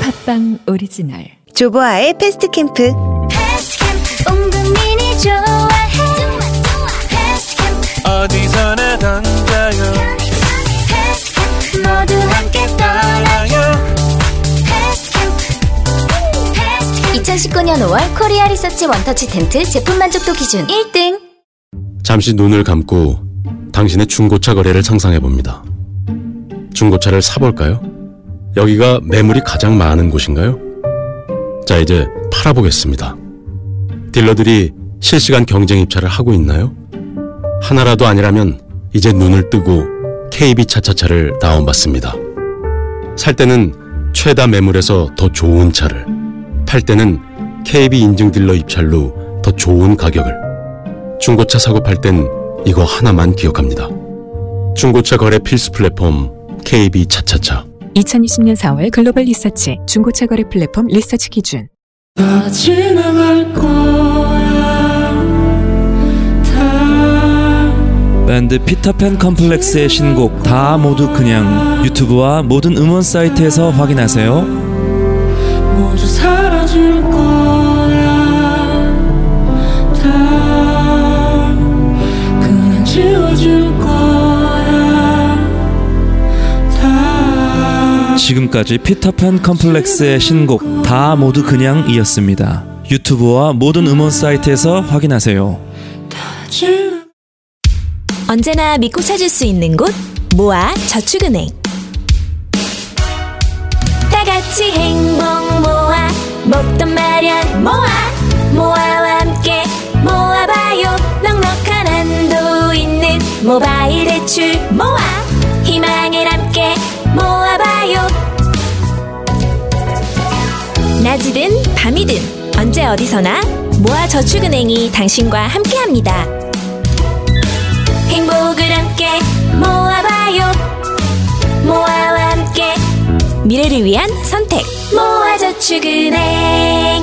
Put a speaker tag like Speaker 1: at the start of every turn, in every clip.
Speaker 1: 팟빵 오리지널
Speaker 2: 조보아의 패스트 캠프.
Speaker 3: 엉덩이니 좋아해 패스트 캠프
Speaker 4: 어디서나 던져요
Speaker 3: 패스트 캠프 모두 함께 떠나
Speaker 4: 사랑요
Speaker 3: 패스트 캠프 패스트 캠프 2019년 5월 코리아 리서치 원터치 텐트 제품 만족도 기준 1등
Speaker 5: 잠시 눈을 감고 당신의 중고차 거래를 상상해 봅니다. 중고차를 사볼까요? 여기가 매물이 가장 많은 곳인가요? 자, 이제 팔아보겠습니다. 딜러들이 실시간 경쟁 입찰을 하고 있나요? 하나라도 아니라면 이제 눈을 뜨고 KB 차차차를 다운받습니다. 살 때는 최다 매물에서 더 좋은 차를, 팔 때는 KB 인증 딜러 입찰로 더 좋은 가격을, 중고차 사고 팔 땐 이거 하나만 기억합니다. 중고차 거래 필수 플랫폼 KB 차차차.
Speaker 1: 2020년 4월 글로벌 리서치 중고차 거래 플랫폼 리서치 기준
Speaker 6: 다 지나갈 거야 다
Speaker 7: 밴드 피터팬 컴플렉스의 신곡 다 모두 그냥 유튜브와 모든 음원 사이트에서 확인하세요.
Speaker 6: 모두 사라질 거야 다 그냥 지워질 거야 다
Speaker 7: 지금까지 피터팬 컴플렉스의 신곡 다 모두 그냥이었습니다. 유튜브와 모든 음원 사이트에서 확인하세요.
Speaker 6: 지나
Speaker 8: 언제나 믿고 찾을 수 있는 곳 모아 저축은행
Speaker 3: 다 같이 행복 모아 먹던 마련 모아 모아와 함께 모아봐요 넉넉한 한도 있는 모바일 대출 모아 희망을 함께 모아봐요
Speaker 8: 낮이든 밤이든 언제 어디서나 모아 저축은행이 당신과 함께합니다.
Speaker 3: 행복을 함께 모아봐요 모아와 함께
Speaker 8: 미래를 위한 선택
Speaker 3: 모아저축은행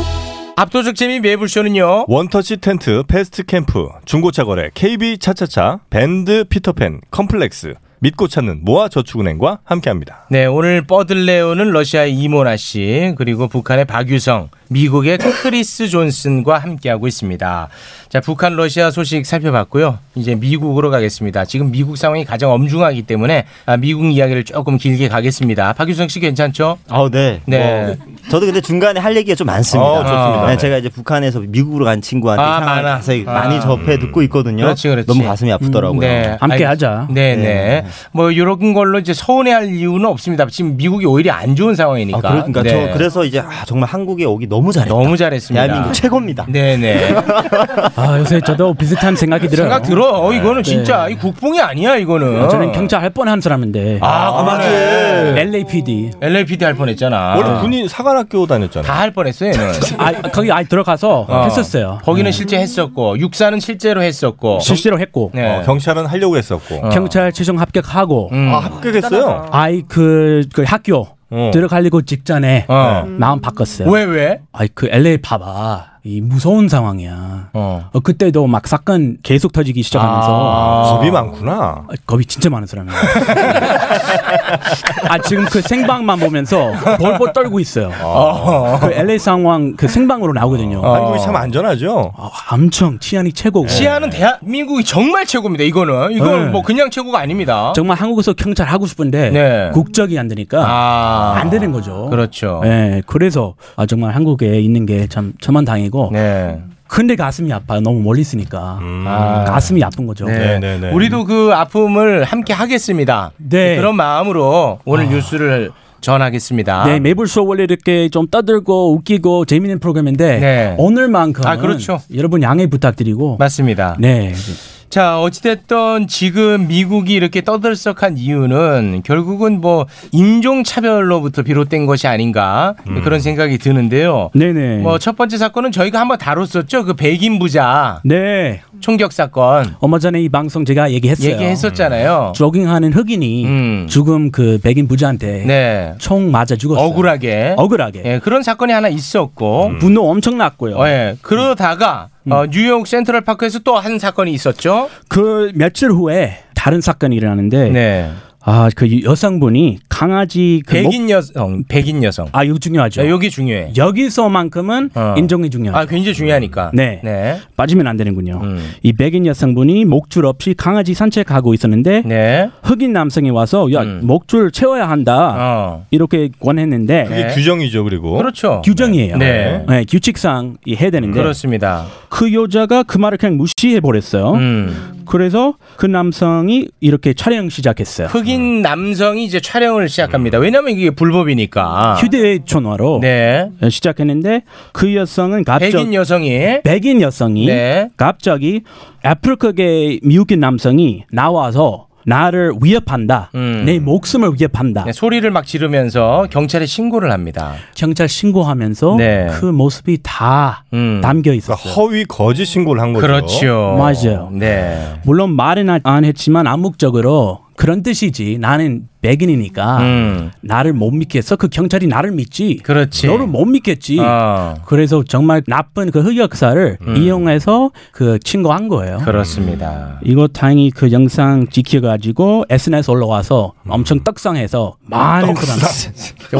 Speaker 9: 압도적 재미 매불쇼는요.
Speaker 10: 원터치 텐트, 패스트 캠프, 중고차 거래, KB 차차차, 밴드 피터팬, 컴플렉스, 믿고 찾는 모아저축은행과 함께합니다.
Speaker 9: 네, 오늘 뻗을레오는 러시아의 이모나 씨, 그리고 북한의 박유성, 미국의 크리스 존슨과 함께하고 있습니다. 자, 북한 러시아 소식 살펴봤고요. 이제 미국으로 가겠습니다. 지금 미국 상황이 가장 엄중하기 때문에 아, 미국 이야기를 조금 길게 가겠습니다. 박유성 씨 괜찮죠?
Speaker 11: 아, 네.
Speaker 9: 네.
Speaker 11: 뭐, 저도 근데 중간에 할 얘기가 좀 많습니다.
Speaker 10: 어, 좋습니다.
Speaker 11: 네, 제가 이제 북한에서 미국으로 간 친구한테
Speaker 9: 아,
Speaker 11: 상황을
Speaker 9: 많아.
Speaker 11: 자세히
Speaker 9: 아.
Speaker 11: 많이 접해 듣고 있거든요.
Speaker 9: 그렇지, 그렇지. 음, 네.
Speaker 11: 너무 가슴이 아프더라고요.
Speaker 12: 음. 함께
Speaker 9: 알겠-
Speaker 12: 하자.
Speaker 9: 네, 네, 뭐 이런 걸로 이제 서운해할 이유는 없습니다. 지금 미국이 오히려 안 좋은 상황이니까.
Speaker 11: 아, 그러니까
Speaker 9: 네.
Speaker 11: 저 그래서 이제 아, 정말 한국에 오기 너무 잘했다.
Speaker 9: 너무 잘했습니다.
Speaker 11: 대한민국 최고입니다.
Speaker 9: 네, 네.
Speaker 12: 아, 요새 저도 비슷한 생각이 들어요. 네.
Speaker 9: 생각 들어.
Speaker 11: 네.
Speaker 9: 어, 이거는 진짜 이 국뽕이 아니야, 이거는.
Speaker 12: 저는 경찰 할 뻔한 사람인데.
Speaker 9: 아, 맞아.
Speaker 12: LAPD.
Speaker 9: LLPD 할 뻔했잖아.
Speaker 10: 원래 군인 사관학교 다녔잖아요.
Speaker 9: 다 할 뻔했어요, 얘는.
Speaker 12: 아, 거기 아예 들어가서
Speaker 9: 어.
Speaker 12: 했었어요. 네.
Speaker 9: 거기는 실제 했었고, 육사는 실제로 했었고.
Speaker 12: 실제로 했고.
Speaker 9: 네. 어.
Speaker 10: 어, 경찰은 하려고 했었고.
Speaker 12: 경찰 최종 합격하고
Speaker 9: 음.
Speaker 10: 아, 합격했어요?
Speaker 12: 아이 그, 그 학교
Speaker 10: 어.
Speaker 12: 들어가려고 직전에
Speaker 9: 어.
Speaker 12: 마음 바꿨어요.
Speaker 9: 왜, 왜?
Speaker 12: 아이 그 LA 봐봐. 이 무서운 상황이야.
Speaker 9: 어.
Speaker 12: 어, 그때도 막 사건 계속 터지기 시작하면서
Speaker 9: 아.
Speaker 10: 겁이 많구나.
Speaker 12: 아, 겁이 진짜 많은 사람이에요. 아 지금 그 생방만 보면서 벌벌 떨고 있어요. 그 LA 상황 그 생방으로 나오거든요.
Speaker 10: 아. 한국이 참 안전하죠? 네.
Speaker 12: 아, 엄청 치안이 최고고.
Speaker 9: 시아는 대한민국이 정말 최고입니다, 이거는. 이건
Speaker 12: 네.
Speaker 9: 뭐 그냥 최고가 아닙니다.
Speaker 12: 정말 한국에서 경찰 하고 싶은데
Speaker 9: 네.
Speaker 12: 국적이 안 되니까
Speaker 9: 아.
Speaker 12: 안 되는 거죠.
Speaker 9: 그렇죠.
Speaker 12: 예, 그래서 아, 정말 한국에 있는 게 참 천만 당이고.
Speaker 9: 네.
Speaker 12: 근데 가슴이 아파요. 너무 멀리 있으니까.
Speaker 9: 아.
Speaker 12: 가슴이 아픈 거죠.
Speaker 9: 네.
Speaker 10: 음. 네, 네, 네.
Speaker 9: 우리도 그 아픔을 함께 하겠습니다.
Speaker 12: 네. 아.
Speaker 9: 그런 마음으로 오늘 뉴스를 전하겠습니다.
Speaker 12: 네, 매불쇼 원래 이렇게 좀 떠들고 웃기고 재밌는 프로그램인데
Speaker 9: 네.
Speaker 12: 오늘만큼
Speaker 9: 아, 그렇죠.
Speaker 12: 여러분 양해 부탁드리고
Speaker 9: 맞습니다.
Speaker 12: 네.
Speaker 9: 자, 어찌됐든 지금 미국이 이렇게 떠들썩한 이유는 결국은 뭐 인종차별로부터 비롯된 것이 아닌가 그런 생각이 드는데요.
Speaker 12: 음. 네, 네.
Speaker 9: 뭐 첫 번째 사건은 저희가 한번 다뤘었죠. 그 백인 부자
Speaker 12: 네.
Speaker 9: 총격 사건
Speaker 12: 얼마 전에 이 방송 제가 얘기했어요. 음.
Speaker 9: 얘기했었잖아요.
Speaker 12: 조깅하는 흑인이
Speaker 9: 음.
Speaker 12: 죽음 그 백인 부자한테
Speaker 9: 네.
Speaker 12: 총 맞아 죽었어요.
Speaker 9: 억울하게.
Speaker 12: 억울하게. 음.
Speaker 9: 예, 그런 사건이 하나 있었고.
Speaker 12: 분노 엄청 났고요. 음.
Speaker 9: 어, 예. 그러다가 어, 뉴욕 센트럴 파크에서 또 한 사건이 있었죠.
Speaker 12: 그 며칠 후에 다른 사건이 일어나는데
Speaker 9: 네.
Speaker 12: 아, 그 여성분이 강아지 그
Speaker 9: 백인 여성, 백인 여성.
Speaker 12: 아, 이거 중요하죠.
Speaker 9: 네, 여기 중요해.
Speaker 12: 여기서만큼은
Speaker 9: 어.
Speaker 12: 인종이 중요하죠.
Speaker 9: 아, 굉장히 중요하니까. 음.
Speaker 12: 네. 빠지면 안 되는군요. 음. 이 백인 여성분이 목줄 없이 강아지 산책하고 있었는데
Speaker 9: 네.
Speaker 12: 흑인 남성이 와서 야
Speaker 9: 음.
Speaker 12: 목줄 채워야 한다
Speaker 9: 어.
Speaker 12: 이렇게 권했는데
Speaker 10: 그게
Speaker 9: 네.
Speaker 10: 규정이죠, 그리고.
Speaker 12: 그렇죠. 규정이에요.
Speaker 10: 네.
Speaker 12: 네, 규칙상 이 해야 되는데
Speaker 9: 그렇습니다.
Speaker 12: 그 여자가 그 말을 그냥 무시해 버렸어요.
Speaker 9: 음.
Speaker 12: 그래서 그 남성이 이렇게 촬영 시작했어요. 음.
Speaker 9: 흑인 남성이 이제 촬영을 시작합니다. 왜냐면 이게 불법이니까.
Speaker 12: 휴대 전화로 시작했는데 그 여성은 갑자기
Speaker 9: 네. 백인 여성이
Speaker 12: 백인 여성이
Speaker 9: 네.
Speaker 12: 갑자기 아프리카계 미국인 남성이 나와서 나를 위협한다. 내 목숨을 위협한다.
Speaker 9: 음. 네, 소리를 막 지르면서 경찰에 신고를 합니다.
Speaker 12: 경찰 신고하면서
Speaker 9: 네.
Speaker 12: 그 모습이 다 담겨 있었어요.
Speaker 10: 허위 거짓 신고를 한 거죠.
Speaker 9: 음. 그렇죠.
Speaker 12: 맞아요.
Speaker 9: 네.
Speaker 12: 물론 말은 안- 안 했지만 암묵적으로 그런 뜻이지. 나는 백인이니까 나를 못 믿겠어. 그 경찰이 나를 믿지.
Speaker 9: 음. 그렇지.
Speaker 12: 너를 못 믿겠지.
Speaker 9: 어. 음.
Speaker 12: 그래서 정말 나쁜 그 흑역사를 이용해서 그 신고한 거예요.
Speaker 9: 그렇습니다.
Speaker 12: 이거 다행히 그 영상 지켜가지고 SNS 올라와서 엄청 떡상해서
Speaker 9: 어,
Speaker 12: 많은 사람.
Speaker 9: 음.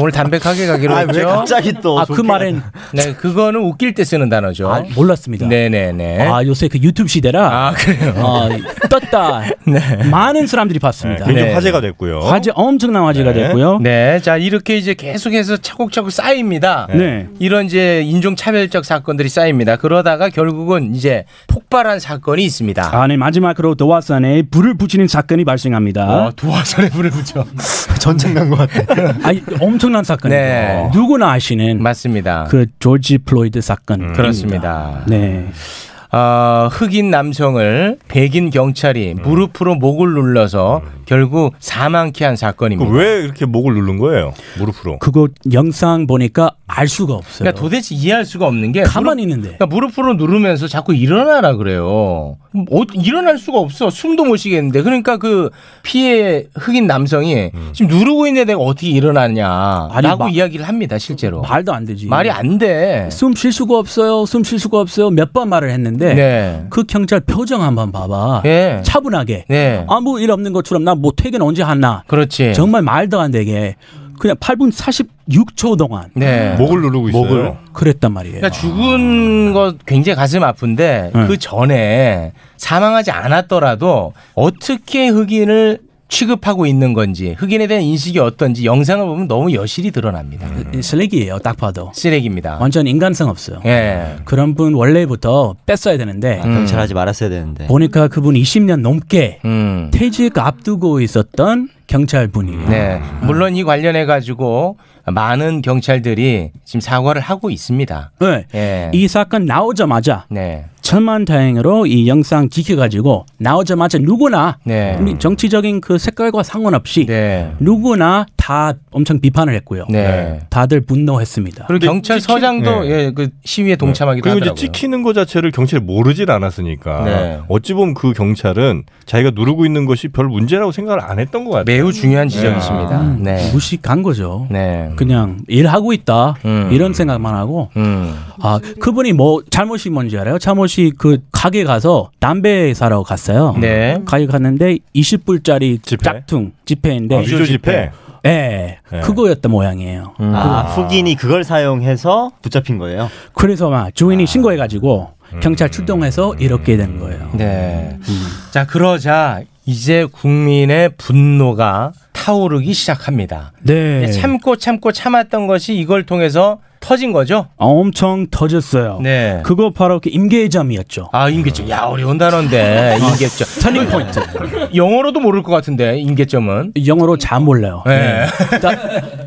Speaker 9: 오늘 담백하게 가기로
Speaker 12: 아, 왜
Speaker 9: 했죠.
Speaker 12: 갑자기 또 아, 그 좋게. 말엔-
Speaker 9: 네 그거는 웃길 때 쓰는 단어죠.
Speaker 12: 아, 몰랐습니다.
Speaker 9: 네네네.
Speaker 12: 아 요새 그 유튜브 시대라
Speaker 9: 아 그래요.
Speaker 12: 어, 떴다. 많은 사람들이 봤습니다.
Speaker 9: 네, 굉장히 네. 화제가 됐고요.
Speaker 12: 화제 엄청난 화제가 됐고요.
Speaker 9: 네, 자 이렇게 이제 계속해서 차곡차곡 쌓입니다.
Speaker 12: 네.
Speaker 9: 이런 이제 인종 차별적 사건들이 쌓입니다. 그러다가 결국은 이제 폭발한 사건이 있습니다.
Speaker 12: 아, 네 마지막으로 도화산에 불을 붙이는 사건이 발생합니다.
Speaker 9: 어, 도화산에 불을 붙여.
Speaker 12: 전쟁 난것 같아. 아니, 엄청난 사건이에요.
Speaker 9: 네.
Speaker 12: 누구나 아시는
Speaker 9: 맞습니다.
Speaker 12: 그 조지 플로이드 사건.
Speaker 9: 음.
Speaker 10: 음.
Speaker 9: 그렇습니다.
Speaker 12: 네.
Speaker 9: 어, 흑인 남성을 백인 경찰이
Speaker 10: 음.
Speaker 9: 무릎으로 목을 눌러서 결국 사망케 한 사건입니다.
Speaker 10: 왜 이렇게 목을 누른 거예요? 무릎으로.
Speaker 12: 그거 영상 보니까 알 수가 없어요.
Speaker 9: 그러니까 도대체 이해할 수가 없는 게
Speaker 12: 가만히
Speaker 9: 무릎-
Speaker 12: 있는데.
Speaker 9: 그러니까 무릎으로 누르면서 자꾸 일어나라 그래요. 음, 어- 일어날 수가 없어. 숨도 못 쉬겠는데. 그러니까 그 피해 흑인 남성이
Speaker 10: 음.
Speaker 9: 지금 누르고 있는데 내가 어떻게 일어나냐라고
Speaker 12: 마-
Speaker 9: 이야기를 합니다. 실제로.
Speaker 12: 말도 안 되지.
Speaker 9: 말이 안 돼.
Speaker 12: 숨 쉴 수가 없어요. 숨 쉴 수가 없어요. 몇 번 말을 했는데
Speaker 9: 네.
Speaker 12: 그 경찰 표정 한번 봐봐.
Speaker 9: 예.
Speaker 12: 차분하게
Speaker 9: 네.
Speaker 12: 아무 일 없는 것처럼 나 뭐 퇴근 언제 하나.
Speaker 9: 그렇지.
Speaker 12: 정말 말도 안 되게 그냥 8분 46초 동안
Speaker 9: 네. 목을 누르고 있어요.
Speaker 12: 목을 그랬단 말이에요.
Speaker 9: 그러니까 죽은 것 굉장히 가슴 아픈데
Speaker 12: 예.
Speaker 9: 그 전에 사망하지 않았더라도 어떻게 흑인을 취급하고 있는 건지 흑인에 대한 인식이 어떤지 영상을 보면 너무 여실히 드러납니다.
Speaker 12: 음. 쓰레기예요. 딱 봐도
Speaker 9: 쓰레기입니다.
Speaker 12: 완전 인간성 없어요.
Speaker 9: 예.
Speaker 12: 그런 분 원래부터 뺐어야 되는데
Speaker 11: 경찰하지 아, 말았어야
Speaker 9: 네.
Speaker 11: 되는데.
Speaker 12: 보니까 그분 20년 넘게 퇴직 앞두고 있었던 경찰 분이에요.
Speaker 9: 음. 네. 물론 이 관련해 가지고 많은 경찰들이 지금 사과를 하고 있습니다.
Speaker 12: 네.
Speaker 9: 예. 네.
Speaker 12: 이 사건 나오자마자 천만 다행으로 이 영상 지켜가지고 나오자마자 누구나
Speaker 9: 네.
Speaker 12: 우리 정치적인 그 색깔과 상관없이 누구나 다 엄청 비판을 했고요.
Speaker 9: 네.
Speaker 12: 다들 분노했습니다.
Speaker 9: 그리고 경찰서장도 예, 그 시위에 동참하기도
Speaker 10: 네. 그리고
Speaker 9: 하더라고요.
Speaker 10: 이제 찍히는 거 자체를 경찰이 모르질 않았으니까
Speaker 9: 네.
Speaker 10: 어찌 보면 그 경찰은 자기가 누르고 있는 것이 별 문제라고 생각을 안 했던 것 같아요.
Speaker 9: 매우 중요한 지적이십니다.
Speaker 12: 음.
Speaker 9: 네.
Speaker 12: 무식한 거죠.
Speaker 9: 네. 음.
Speaker 12: 그냥 일하고 있다 이런 생각만 하고 아 그분이 뭐 잘못이 뭔지 알아요? 잘못이 그 가게 가서 담배 사러 갔어요.
Speaker 9: 네.
Speaker 12: 가게 갔는데 20불짜리 짝퉁 지폐인데
Speaker 11: 아, 위조 지폐?
Speaker 12: 예.
Speaker 11: 네.
Speaker 12: 그거였던 모양이에요.
Speaker 9: 음.
Speaker 11: 아,
Speaker 12: 그거.
Speaker 11: 흑인이 그걸 사용해서 붙잡힌 거예요. 음.
Speaker 12: 그래서 막
Speaker 9: 아.
Speaker 12: 주인이 신고해가지고 경찰 출동해서 이렇게 된 거예요. 음.
Speaker 9: 네. 자, 그러자 이제 국민의 분노가 타오르기 시작합니다.
Speaker 12: 네.
Speaker 9: 참고 참고 참았던 것이 이걸 통해서 터진 거죠.
Speaker 12: 엄청 터졌어요.
Speaker 9: 네.
Speaker 12: 그거 바로 그 임계점이었죠.
Speaker 9: 아, 임계점. 야, 어려운 단어인데. 임계점.
Speaker 12: 터닝 포인트.
Speaker 9: 네, 그 영어로도 모를 것 같은데 임계점은.
Speaker 12: 영어로 잘 몰라요.
Speaker 9: 네.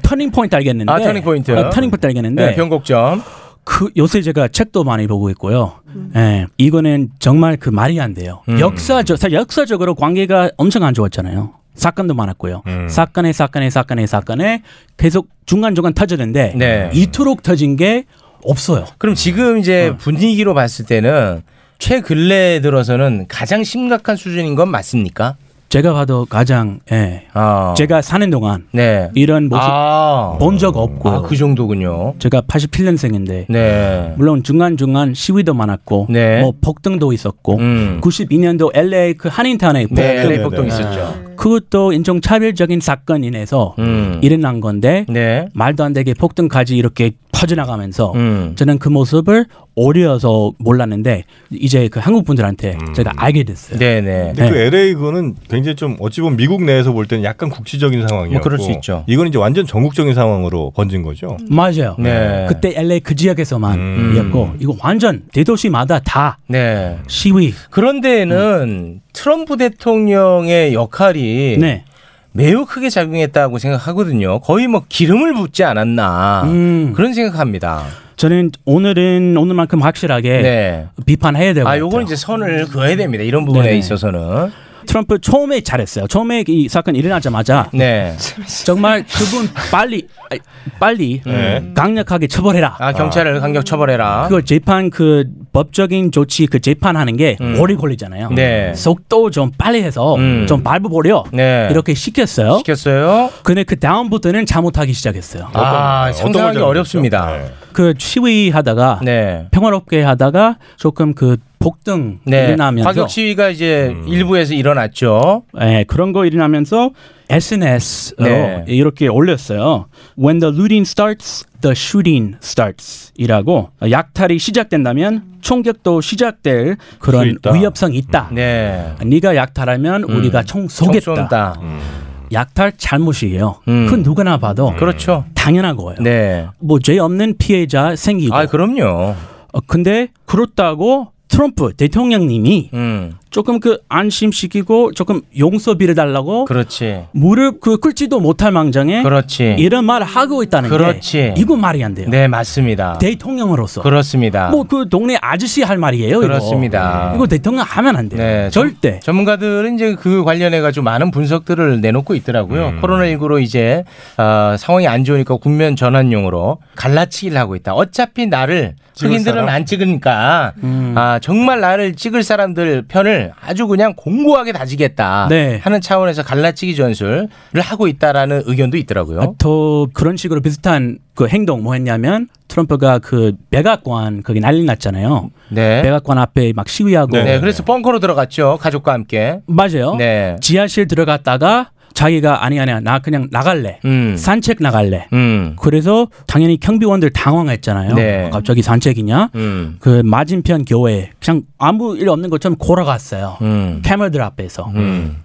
Speaker 12: 터닝 포인트 알겠는데.
Speaker 9: 아, 터닝 포인트.
Speaker 12: 어, 터닝 포인트 알겠는데.
Speaker 9: 네, 변곡점.
Speaker 12: 그 요새 제가 책도 많이 보고 있고요. 예, 이거는 정말 그 말이 안 돼요.
Speaker 9: 음.
Speaker 12: 역사적 사실 역사적으로 관계가 엄청 안 좋았잖아요. 사건도 많았고요.
Speaker 9: 음.
Speaker 12: 사건에 사건에 사건에 사건에 계속 중간 중간 터지는데
Speaker 9: 네.
Speaker 12: 이토록 터진 게 없어요. 어.
Speaker 9: 그럼 지금 이제 분위기로 봤을 때는 최근래 들어서는 가장 심각한 수준인 건 맞습니까? 아,
Speaker 12: 제가 봐도 가장 예. 제가 사는 동안
Speaker 9: 네.
Speaker 12: 이런 모습 본 적 없고
Speaker 9: 아, 그 정도군요.
Speaker 12: 어? 제가 87년생인데
Speaker 9: 네.
Speaker 12: 물론 중간 중간 시위도 많았고
Speaker 9: 네.
Speaker 12: 뭐 폭등도 있었고
Speaker 9: 음.
Speaker 12: 92년도 LA 그 한인타운에
Speaker 9: 네, LA 폭동 있었죠.
Speaker 12: 그것도 인종 차별적인 사건 인해서
Speaker 9: 음.
Speaker 12: 일어난 건데
Speaker 9: 네.
Speaker 12: 말도 안 되게 폭등까지 이렇게 퍼져나가면서
Speaker 9: 음.
Speaker 12: 저는 그 모습을 어려서 몰랐는데 이제 그 한국 분들한테 제가 알게 됐어요.
Speaker 9: 음. 네네.
Speaker 10: 근데 그 LA 그거는 굉장히 좀 어찌 보면 미국 내에서 볼 때는 약간 국지적인 상황이었고
Speaker 12: 뭐 그럴 수 있죠.
Speaker 10: 이건 이제 완전 전국적인 상황으로 번진 거죠.
Speaker 12: 음. 맞아요.
Speaker 10: 네.
Speaker 12: 그때 LA 그
Speaker 9: 음.
Speaker 12: 지역에서만이었고 이거 완전 대도시마다 다
Speaker 9: 네.
Speaker 12: 시위.
Speaker 9: 그런데는 트럼프 대통령의 역할이
Speaker 12: 음. 네.
Speaker 9: 매우 크게 작용했다고 생각하거든요. 거의 뭐 기름을 붓지 않았나
Speaker 12: 음.
Speaker 9: 그런 생각합니다.
Speaker 12: 저는 오늘은 오늘만큼 확실하게
Speaker 9: 네.
Speaker 12: 비판해야 되고
Speaker 9: 아, 요건 이제 선을 그어야 됩니다. 이런 부분에
Speaker 12: 네네.
Speaker 9: 있어서는.
Speaker 12: 트럼프 처음에 잘했어요. 처음에 이 사건 일어나자마자
Speaker 9: 네.
Speaker 12: 정말 그분 빨리 아이, 빨리 음,
Speaker 9: 네.
Speaker 12: 강력하게 처벌해라.
Speaker 9: 아, 경찰을 강력 처벌해라.
Speaker 12: 그 재판 그 법적인 조치 그 재판하는 게 오래 걸리잖아요.
Speaker 9: 음. 네.
Speaker 12: 속도 좀 빨리 해서
Speaker 9: 음.
Speaker 12: 좀 밟아버려.
Speaker 9: 네.
Speaker 12: 이렇게 시켰어요.
Speaker 9: 시켰어요.
Speaker 12: 근데 그 다음부터는 잘못하기 시작했어요.
Speaker 9: 아, 상상하기 어렵습니다.
Speaker 12: 그 시위하다가 평화롭게 하다가 조금 그 폭등
Speaker 9: 네.
Speaker 12: 일어나면서
Speaker 9: 파격 시위가 이제
Speaker 13: 음.
Speaker 9: 일부에서 일어났죠.
Speaker 12: 예, 그런 거 일어나면서 SNS로
Speaker 9: 네.
Speaker 12: 어, 이렇게 올렸어요. When the looting starts, the shooting starts. 이라고 약탈이 시작된다면 총격도 시작될
Speaker 9: 수
Speaker 12: 그런
Speaker 9: 있다.
Speaker 12: 위협성이 있다.
Speaker 9: 네. 음.
Speaker 12: 네가 약탈하면 우리가 총
Speaker 9: 총
Speaker 12: 쏘겠다.
Speaker 9: 쏜다.
Speaker 12: 약탈 잘못이에요.
Speaker 9: 음.
Speaker 12: 그 누구나 봐도
Speaker 9: 그렇죠.
Speaker 12: 당연한 거예요.
Speaker 9: 네.
Speaker 12: 뭐 죄 없는 피해자 생기고. 아,
Speaker 9: 그럼요.
Speaker 12: 근데 그렇다고 트럼프 대통령님이
Speaker 9: 음.
Speaker 12: 조금 그 안심시키고 조금 용서 빌어달라고
Speaker 9: 그렇지.
Speaker 12: 무릎 그 꿇지도 못할 망정에
Speaker 9: 그렇지.
Speaker 12: 이런 말을 하고 있다는
Speaker 9: 그렇지.
Speaker 12: 게 이거 말이 안 돼요.
Speaker 9: 네, 맞습니다.
Speaker 12: 음. 대통령으로서
Speaker 9: 그렇습니다.
Speaker 12: 뭐 그 동네 아저씨 할 말이에요. 예.
Speaker 9: 그렇습니다.
Speaker 12: 이거, 이거 대통령 하면 안 돼요.
Speaker 9: 네,
Speaker 12: 절대.
Speaker 9: 전문가들은 이제 그 관련해 가지고 많은 분석들을 내놓고 있더라고요.
Speaker 13: 음.
Speaker 9: 코로나19로 이제 어, 상황이 안 좋으니까 국면 전환용으로 갈라치기를 하고 있다. 어차피 나를
Speaker 13: 찍을
Speaker 9: 흑인들은
Speaker 13: 사람?
Speaker 9: 안
Speaker 12: 음.
Speaker 9: 찍으니까 아, 정말 나를 찍을 사람들 편을 아주 그냥 공고하게 다지겠다
Speaker 12: 네.
Speaker 9: 하는 차원에서 갈라치기 전술을 하고 있다라는 의견도 있더라고요.
Speaker 12: 아, 더 그런 식으로 비슷한 그 행동 뭐 했냐면 트럼프가 그 백악관 거기 난리 났잖아요.
Speaker 9: 네.
Speaker 12: 백악관 앞에 막 시위하고
Speaker 9: 네, 그래서 벙커로 들어갔죠. 가족과 함께.
Speaker 12: 맞아요.
Speaker 9: 네.
Speaker 12: 지하실 들어갔다가 자기가 아니 아니야 나 그냥 나갈래
Speaker 9: 음.
Speaker 12: 산책 나갈래
Speaker 9: 음.
Speaker 12: 그래서 당연히 경비원들 당황했잖아요
Speaker 9: 네.
Speaker 12: 어, 갑자기 산책이냐
Speaker 9: 음.
Speaker 12: 그 맞은편 교회 그냥 아무 일 없는 것처럼 걸어갔어요
Speaker 9: 음.
Speaker 12: 캐머들 앞에서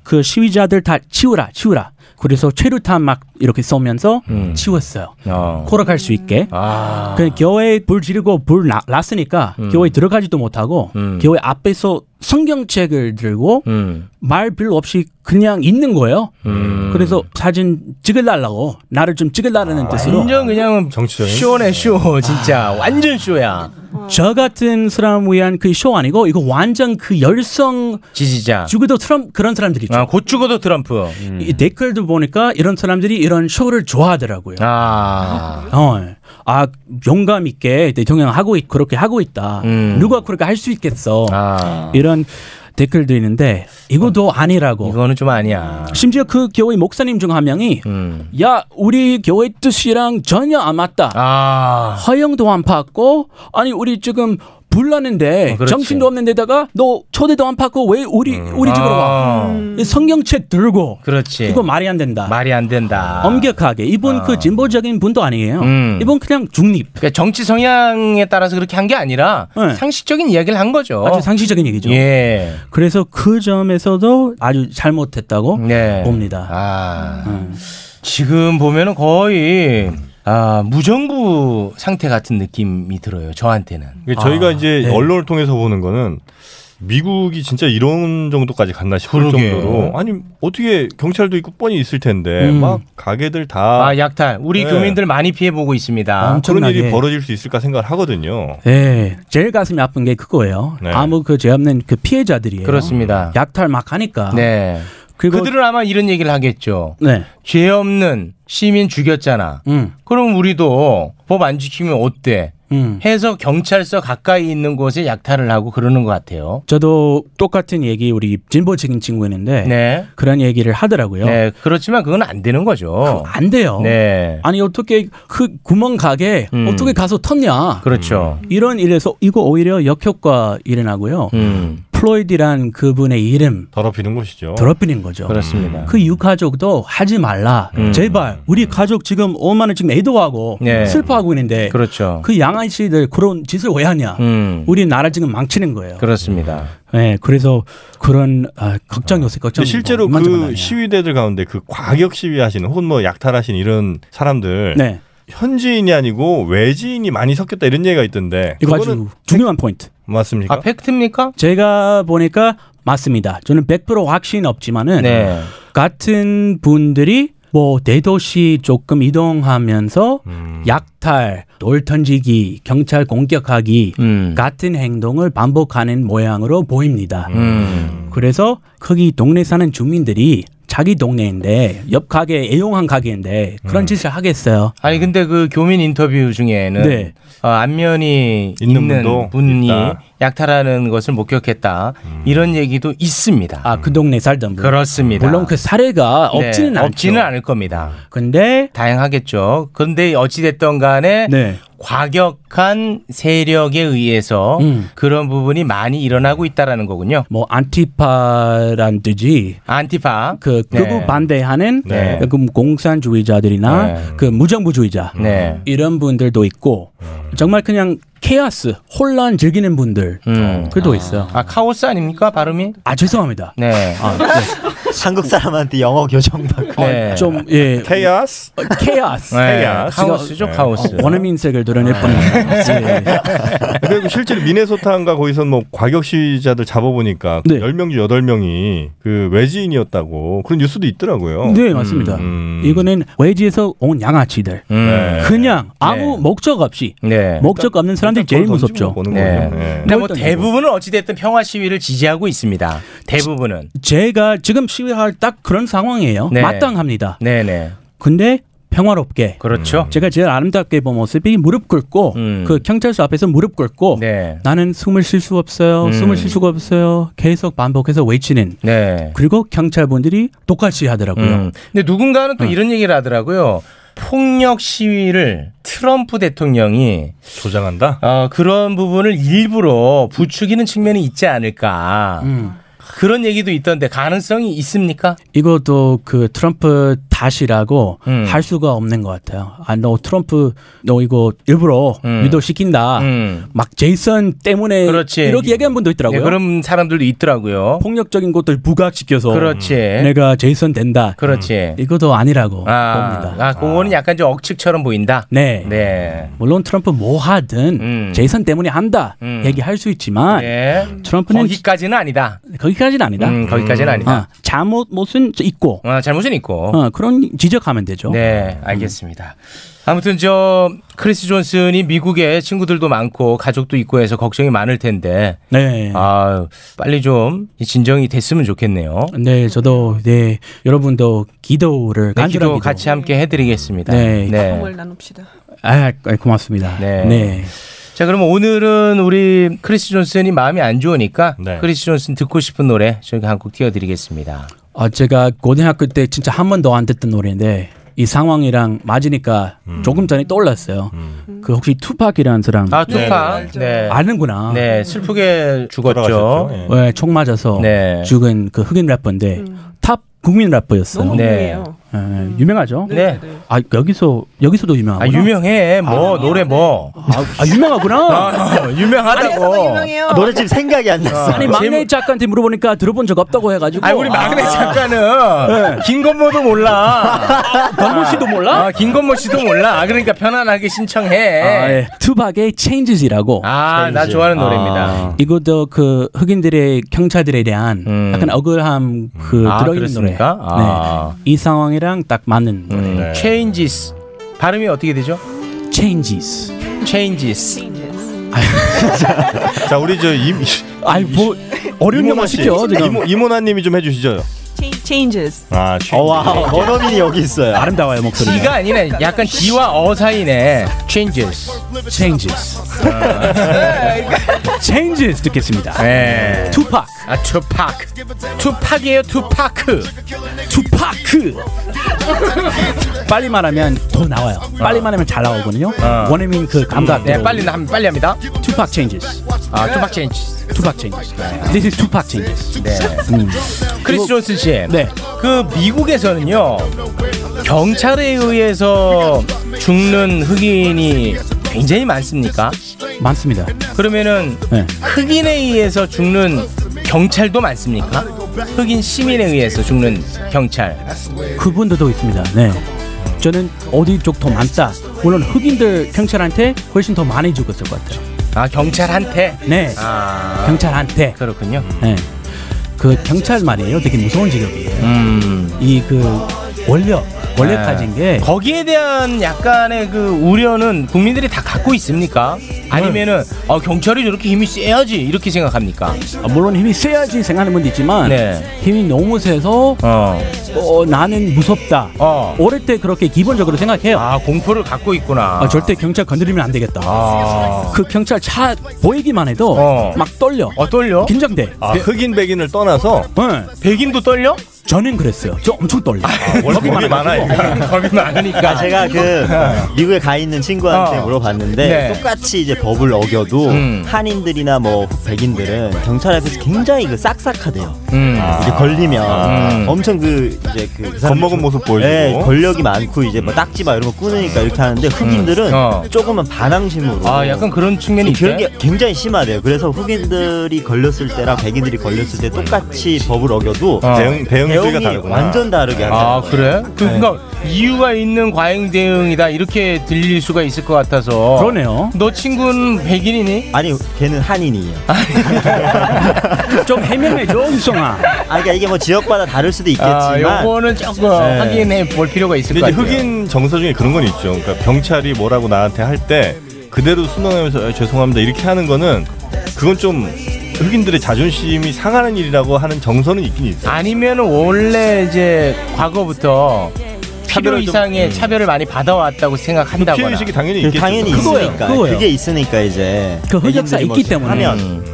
Speaker 12: 그 시위자들 다 치우라 치우라 그래서 최루탄 막 이렇게 쏘면서 치웠어요
Speaker 9: 어.
Speaker 12: 걸어갈 수 있게
Speaker 9: 음. 아.
Speaker 12: 그 교회 불 지르고 불 나- 났으니까
Speaker 9: 음.
Speaker 12: 교회 들어가지도 못하고
Speaker 9: 음.
Speaker 12: 교회 앞에서 성경책을 들고
Speaker 9: 음.
Speaker 12: 말 별로 없이 그냥 있는 거예요.
Speaker 9: 음.
Speaker 12: 그래서 사진 찍을달라고 나를 좀 찍을달라는 뜻으로
Speaker 9: 아,
Speaker 12: 아.
Speaker 9: 완전 그냥
Speaker 10: 정치적인
Speaker 9: 쇼네 쇼 진짜 완전 쇼야.
Speaker 12: 저 같은 사람 위한 그 쇼 아니고 이거 완전 그 열성
Speaker 9: 지지자.
Speaker 12: 죽어도 트럼 그런 사람들이 있죠.
Speaker 9: 아, 곧 죽어도 트럼프. 음.
Speaker 12: 이 댓글도 보니까 이런 사람들이 이런 쇼를 좋아하더라고요.
Speaker 9: 아,
Speaker 12: 어, 아 용감 있게 대통령 하고 있, 그렇게 하고 있다.
Speaker 9: 음.
Speaker 12: 누가 그렇게 할 수 있겠어.
Speaker 9: 아.
Speaker 12: 이런 댓글도 있는데 이거도 아니라고.
Speaker 9: 어. 이거는 좀 아니야. 음.
Speaker 12: 심지어 그 교회 목사님 중 한 명이 야 우리 교회 뜻이랑 전혀 안 맞다.
Speaker 9: 아.
Speaker 12: 허용도 안 받고 아니 우리 지금 불났는데
Speaker 9: 어, 그렇지. 음.
Speaker 12: 정신도 없는 데다가 너 초대도 안 받고 왜 우리 우리 집으로 와?
Speaker 9: 아.
Speaker 12: 성경책 들고
Speaker 9: 그렇지.
Speaker 12: 이거 말이 안 된다.
Speaker 9: 말이 안 된다.
Speaker 12: 엄격하게 이분
Speaker 9: 아.
Speaker 12: 그 진보적인 분도 아니에요.
Speaker 9: 음.
Speaker 12: 이분 그냥 중립. 네.
Speaker 9: 그러니까 정치 성향에 따라서 그렇게 한 게 아니라 상식적인 이야기를 한 거죠.
Speaker 12: 아주 상시적인 얘기죠.
Speaker 9: 예.
Speaker 12: 그래서 그 점에서도 아주 잘못했다고
Speaker 9: 네.
Speaker 12: 봅니다. 음.
Speaker 9: 아. 지금 보면은 거의 아, 무정부 상태 같은 느낌이 들어요. 저한테는.
Speaker 10: 이게 저희가
Speaker 9: 아,
Speaker 10: 이제
Speaker 9: 네.
Speaker 10: 언론을 통해서 보는 거는 미국이 진짜 이런 정도까지 갔나 싶을
Speaker 9: 그러게.
Speaker 10: 정도로 아니 어떻게 경찰도 있고 뻔히 있을 텐데
Speaker 9: 음.
Speaker 10: 막 가게들 다
Speaker 9: 아, 약탈. 우리
Speaker 10: 네.
Speaker 9: 교민들 많이 피해 보고 있습니다.
Speaker 10: 그런 일이
Speaker 12: 엄청나게.
Speaker 10: 벌어질 수 있을까 생각을 하거든요.
Speaker 12: 예, 제일 가슴이 아픈 게 그거예요.
Speaker 10: 네.
Speaker 12: 아무 그 죄 없는 그 피해자들이에요.
Speaker 9: 그렇습니다.
Speaker 12: 약탈 막 하니까.
Speaker 9: 네.
Speaker 12: 그리고-
Speaker 9: 그들은 아마 이런 얘기를 하겠죠.
Speaker 12: 네.
Speaker 9: 죄 없는 시민 죽였잖아.
Speaker 12: 음.
Speaker 9: 그럼 우리도 법 안 지키면 어때?
Speaker 10: 음.
Speaker 9: 해서 경찰서 가까이 있는 곳에 약탈을 하고 그러는 것 같아요.
Speaker 12: 저도 똑같은 얘기 우리 진보적인 친구 있는데
Speaker 9: 네.
Speaker 12: 그런 얘기를 하더라고요.
Speaker 9: 네, 그렇지만 그건 안 되는 거죠.
Speaker 12: 안 돼요.
Speaker 9: 네.
Speaker 12: 아니 어떻게 그 구멍 가게
Speaker 9: 음.
Speaker 12: 어떻게 가서 텄냐?
Speaker 9: 그렇죠.
Speaker 12: 이런 일에서 이거 오히려 역효과 일어나고요.
Speaker 9: 음.
Speaker 12: 플로이드란 그분의 이름
Speaker 10: 더럽히는 것이죠.
Speaker 12: 더럽히는 거죠.
Speaker 9: 그렇습니다.
Speaker 12: 그 유가족도 하지 말라.
Speaker 9: 음.
Speaker 12: 제발 우리 가족 지금 엄마는 지금 애도하고
Speaker 9: 네.
Speaker 12: 음. 슬퍼하고 있는데
Speaker 9: 그렇죠.
Speaker 12: 그 양아이 씨들 그런 짓을 왜 하냐?
Speaker 9: 음.
Speaker 12: 우리 나라 지금 망치는 거예요.
Speaker 9: 그렇습니다.
Speaker 12: 네, 그래서 그런 아, 걱정이 없어요. 걱정.
Speaker 10: 근데 실제로 그 시위대들 가운데 그 과격 시위하시는 혹은 뭐 약탈하신 이런 사람들
Speaker 12: 네.
Speaker 10: 현지인이 아니고 외지인이 많이 섞였다 이런 얘기가 있던데
Speaker 12: 이거
Speaker 10: 그거는
Speaker 12: 아주 중요한 포인트.
Speaker 10: 맞습니까? 아,
Speaker 9: 팩트입니까?
Speaker 12: 제가 보니까 맞습니다. 저는 100% 확신 없지만은
Speaker 9: 네.
Speaker 12: 같은 분들이 뭐 대도시 조금 이동하면서
Speaker 10: 음.
Speaker 12: 약탈, 돌 던지기, 경찰 공격하기
Speaker 10: 음.
Speaker 12: 같은 행동을 반복하는 모양으로 보입니다.
Speaker 10: 음.
Speaker 12: 그래서 거기 동네 사는 주민들이 자기 동네인데 옆 가게 애용한 가게인데
Speaker 10: 음.
Speaker 12: 그런 짓을 하겠어요.
Speaker 9: 아니 근데 그 교민 인터뷰 중에는
Speaker 12: 네.
Speaker 9: 어, 안면이
Speaker 12: 있는
Speaker 9: 있는,
Speaker 12: 분도
Speaker 9: 분이
Speaker 12: 있다. 음.
Speaker 9: 약탈하는 것을 목격했다 이런 얘기도 있습니다.
Speaker 12: 아 그 동네 살던 분.
Speaker 9: 그렇습니다.
Speaker 12: 물론 그 사례가
Speaker 9: 네,
Speaker 12: 없지는 않죠.
Speaker 9: 없지는 않을 겁니다.
Speaker 12: 근데 네.
Speaker 9: 다양하겠죠. 그런데 어찌됐던 간에 과격한 세력에 의해서 그런 부분이 많이 일어나고 있다라는 거군요.
Speaker 12: 음. 뭐 안티파란 뜻이
Speaker 9: 안티파
Speaker 12: 그
Speaker 9: 네.
Speaker 12: 극우 반대하는
Speaker 9: 네.
Speaker 12: 그 공산주의자들이나
Speaker 10: 네.
Speaker 12: 그 무정부주의자
Speaker 9: 네.
Speaker 12: 이런 분들도 있고
Speaker 10: 음.
Speaker 12: 정말 그냥 케아스 혼란 즐기는 분들
Speaker 10: 음.
Speaker 12: 그도 있어요.
Speaker 9: 아 카오스 아닙니까 발음이?
Speaker 12: 아 죄송합니다. 아.
Speaker 9: 네.
Speaker 11: 한국 사람한테 영어 교정 받고
Speaker 9: 네.
Speaker 12: 어, 좀 예.
Speaker 10: 케이아스?
Speaker 12: 케이아스.
Speaker 10: 네, 카오스죠,
Speaker 12: 제가, 어,
Speaker 10: 카오스.
Speaker 12: 원어민색을 드러낼 뻔했어요. 예.
Speaker 10: 네. 그리고 실제로 미네소타인가 거기선 뭐 과격 시위자들 잡아보니까 그
Speaker 12: 네.
Speaker 10: 10명 중 8명이 그 외지인이었다고 그런 뉴스도 있더라고요. 음,
Speaker 12: 네 맞습니다. 이거는 외지에서 온 양아치들
Speaker 10: 네.
Speaker 12: 그냥 아무 목적 없이
Speaker 9: 네.
Speaker 12: 목적 없는 사람들이 제일 무섭죠.
Speaker 9: 네. 근데 뭐
Speaker 12: 일단
Speaker 9: 대부분은 어찌됐든 평화 시위를 지지하고 있습니다. 대부분은.
Speaker 12: 제가 지금 시위할 딱 그런 상황이에요.
Speaker 9: 네.
Speaker 12: 마땅합니다.
Speaker 9: 네네.
Speaker 12: 근데 평화롭게.
Speaker 9: 그렇죠. 음.
Speaker 12: 제가 제일 아름답게 본 모습이 무릎 꿇고 그 경찰서 앞에서 무릎 꿇고 나는 숨을 쉴 수 없어요.
Speaker 9: 네. 음.
Speaker 12: 숨을 쉴 수가 없어요. 계속 반복해서 외치는.
Speaker 9: 네.
Speaker 12: 그리고 경찰분들이 똑같이 하더라고요.
Speaker 9: 음. 근데 누군가는 또 이런 얘기를 하더라고요. 폭력 시위를 트럼프 대통령이
Speaker 10: 조장한다.
Speaker 9: 어, 그런 부분을 일부러 부추기는 측면이 있지 않을까.
Speaker 12: 음.
Speaker 9: 그런 얘기도 있던데 가능성이 있습니까?
Speaker 12: 이것도 그 트럼프 탓이라고
Speaker 9: 음.
Speaker 12: 할 수가 없는 것 같아요. 아, 너 트럼프, 너 이거 일부러
Speaker 9: 음.
Speaker 12: 유도시킨다. 막 제이슨 때문에
Speaker 9: 그렇지.
Speaker 12: 이렇게 얘기한 분도 있더라고요.
Speaker 9: 네, 그런 사람들도 있더라고요.
Speaker 12: 폭력적인 것들 부각시켜서
Speaker 9: 그렇지.
Speaker 12: 내가 제이슨 된다.
Speaker 9: 그렇지.
Speaker 12: 이것도 아니라고.
Speaker 9: 아, 아, 그거는 약간 좀 억측처럼 보인다.
Speaker 12: 어, 네.
Speaker 9: 네.
Speaker 12: 물론 트럼프 뭐 하든 제이슨 때문에 한다
Speaker 9: 음.
Speaker 12: 얘기할 수 있지만
Speaker 9: 네.
Speaker 12: 트럼프는
Speaker 9: 거기까지는 아니다.
Speaker 12: 거기까지는 아니다.
Speaker 9: 음, 거기까지는 아니다.
Speaker 12: 어, 잘못은 있고
Speaker 9: 어, 잘못은 있고.
Speaker 12: 어, 그런 지적하면 되죠. 음.
Speaker 9: 네, 알겠습니다. 아무튼 저 크리스 존슨이 미국에 친구들도 많고 가족도 있고 해서 걱정이 많을 텐데.
Speaker 12: 네.
Speaker 9: 아, 빨리 좀 진정이 됐으면 좋겠네요.
Speaker 12: 네, 저도 네 여러분도 기도를
Speaker 9: 네,
Speaker 12: 간절한
Speaker 9: 기도
Speaker 12: 기도.
Speaker 9: 같이 함께 해드리겠습니다.
Speaker 12: 네.
Speaker 9: 네.
Speaker 13: 나눕시다.
Speaker 12: 아, 고맙습니다.
Speaker 9: 네.
Speaker 12: 네.
Speaker 9: 자, 그러면 오늘은 우리 크리스 존슨이 마음이 안 좋으니까 크리스 존슨 듣고 싶은 노래 저희가 한 곡 띄워드리겠습니다.
Speaker 12: 어, 제가 고등학교 때 진짜 한 번도 안 듣던 노래인데 이 상황이랑 맞으니까 조금 전에 떠올랐어요. 그 혹시 투팍이라는 사람
Speaker 9: 음. 아, 투팍. 네.
Speaker 12: 아는구나. 음.
Speaker 9: 네, 슬프게 죽었죠.
Speaker 12: 돌아가셨죠. 네, 총 맞아서
Speaker 9: 네.
Speaker 12: 죽은 그 흑인 래퍼인데 탑 국민 래퍼였어요.
Speaker 9: 음. 너무 네. 유명해요.
Speaker 12: 예, 유명하죠.
Speaker 9: 네.
Speaker 12: 아 여기서 여기서도 유명하구나.
Speaker 9: 아, 유명해. 뭐, 노래 뭐.
Speaker 12: 아, 아, 유명하구나.
Speaker 9: 아, 유명하다고.
Speaker 12: 아, 노래집 생각이 안
Speaker 9: 났어.
Speaker 12: 아니 막내 작가한테 물어보니까 들어본 적 없다고 해가지고.
Speaker 9: 아, 우리 막내 작가는
Speaker 12: 네.
Speaker 9: 김건모도 몰라.
Speaker 12: 건모 씨도 몰라?
Speaker 9: 아, 김건모 씨도 몰라. 아, 그러니까 편안하게 신청해.
Speaker 12: 아, 예. 투박의 Changes이라고.
Speaker 9: 아, 나 좋아하는 노래입니다.
Speaker 12: 이것도 그 흑인들의 경찰들에 대한 약간 억울함 그
Speaker 9: 음. 아,
Speaker 12: 들어있는
Speaker 9: 그렇습니까?
Speaker 12: 노래.
Speaker 9: 아. 음, 네.
Speaker 12: 네. 이 상황이랑 딱 맞는 노래.
Speaker 9: Changes. 발음이 어떻게 되죠?
Speaker 12: Changes.
Speaker 9: Changes.
Speaker 10: 자, 아, 우리 저 임,
Speaker 12: 아니 뭐
Speaker 13: 어려운 영어 시켜, 지금.
Speaker 10: 이모, 이모나님이 좀 해주시죠.
Speaker 13: Changes.
Speaker 10: 아,
Speaker 12: 어,
Speaker 9: 네.
Speaker 11: 와, 원어민이 여기 있어요.
Speaker 12: 아름다워요
Speaker 9: G가 아니네. 약간 G와 어 사이네. changes. 아.
Speaker 12: changes. changes 듣겠습니다.
Speaker 9: 네.
Speaker 12: 투팍.
Speaker 9: 아, 투팍. 투팍이에요, 투파크.
Speaker 12: 투파크. 빨리 말하면 더 나와요. 빨리 말하면 잘 나오거든요. 원어민 그 감각.
Speaker 9: 아. 네, 빨리 나- 빨리 합니다.
Speaker 12: 투팍 changes.
Speaker 9: 아, 투팍 changes.
Speaker 12: 투팍 네. changes. This is 투팍 changes.
Speaker 9: 네.
Speaker 12: 음.
Speaker 9: 크리스 존스 씨.
Speaker 12: 네.
Speaker 9: 그 미국에서는요. 경찰에 의해서 죽는 흑인이 굉장히 많습니까?
Speaker 12: 많습니다.
Speaker 9: 그러면은
Speaker 12: 네.
Speaker 9: 흑인에 의해서 죽는 경찰도 많습니까? 흑인 시민에 의해서 죽는 경찰.
Speaker 12: 그분들도 있습니다. 네. 저는 어디 쪽 더 많다. 물론 흑인들 경찰한테 훨씬 더 많이 죽었을 것 같아요.
Speaker 9: 아 경찰한테?
Speaker 12: 네.
Speaker 9: 아.
Speaker 12: 경찰한테.
Speaker 9: 그렇군요.
Speaker 12: 네. 그 경찰 말이에요. 되게 무서운 직업이에요.
Speaker 9: 음.
Speaker 12: 이 그 원력,
Speaker 9: 아.
Speaker 12: 원력까지인 게
Speaker 9: 네. 거기에 대한 약간의 그 우려는 국민들이 다 갖고 있습니까? 아니면은 어, 경찰이 저렇게 힘이 세야지 이렇게 생각합니까?
Speaker 12: 아, 물론 힘이 세야지 생각하는 분도 있지만
Speaker 9: 네.
Speaker 12: 힘이 너무 세서 어, 나는 무섭다. 어릴 때 그렇게 기본적으로 생각해요.
Speaker 9: 아 공포를 갖고 있구나. 아.
Speaker 12: 아, 절대 경찰 건드리면 안 되겠다. 그 경찰 차 보이기만 해도 막 떨려.
Speaker 9: 어 떨려?
Speaker 12: 긴장돼.
Speaker 10: 아, 흑인 백인을 떠나서
Speaker 9: 백인도 떨려? 아,
Speaker 12: 저는 그랬어요. 저 엄청 떨려.
Speaker 10: 겁이 많아요.
Speaker 9: 겁이 많으니까. 네.
Speaker 11: 아, 제가 그 미국에 가 있는 친구한테
Speaker 12: 어.
Speaker 11: 물어봤는데
Speaker 12: 네.
Speaker 11: 똑같이 이제 법을 어겨도
Speaker 12: 음.
Speaker 11: 한인들이나 뭐 백인들은 경찰 앞에서 굉장히 그 싹싹하대요.
Speaker 9: 음.
Speaker 11: 이제 걸리면
Speaker 10: 음.
Speaker 11: 엄청 그 이제 그, 그
Speaker 10: 아. 겁먹은 모습 보여주고.
Speaker 11: 네, 권력이 많고 이제 뭐 딱지 막 이런 거 꾸느니까 이렇게 하는데 흑인들은
Speaker 10: 음. 어.
Speaker 11: 조금은 반항심으로
Speaker 9: 아, 약간 그런 측면이
Speaker 11: 그런
Speaker 9: 있대?
Speaker 11: 게 굉장히 심하대요. 그래서 흑인들이 걸렸을 때랑 백인들이 걸렸을 때 똑같이 법을 어겨도
Speaker 9: 음. 어. 대응- 대응들이
Speaker 11: 대응이
Speaker 9: 다르구나.
Speaker 11: 완전 다르게 하는
Speaker 9: 아 그래? 그, 그러니까 이유가 있는 과잉 대응이다 이렇게 들릴 수가 있을 것 같아서.
Speaker 12: 그러네요.
Speaker 9: 너 친구는 백인이니? 아,
Speaker 11: 아니 걔는 한인이에요.
Speaker 12: 좀 해명해 줘, 유성아.
Speaker 11: 아, 그러니까 이게 뭐 지역마다 다를 수도 있겠지만
Speaker 9: 아, 요거는 조금
Speaker 11: 네.
Speaker 9: 확인해 볼 필요가 있을 것
Speaker 10: 근데 이제
Speaker 9: 같아요.
Speaker 10: 흑인 정서 중에 그런 건 있죠. 그러니까 경찰이 뭐라고 나한테 할 때 그대로 순응하면서 "아, 죄송합니다 이렇게 하는 거는 그건 좀 흑인들의 자존심이 상하는 일이라고 하는 정서는 있긴 있어요.
Speaker 9: 아니면 원래 이제 과거부터 필요
Speaker 10: 차별을 좀-
Speaker 9: 이상의
Speaker 10: 음.
Speaker 9: 차별을 많이 받아왔다고 생각한다거나
Speaker 11: 그 당연히 있으니까 그게 있으니까 이제
Speaker 9: 그 흑역사
Speaker 11: 백인들이 뭐
Speaker 9: 있기 때문에. 음.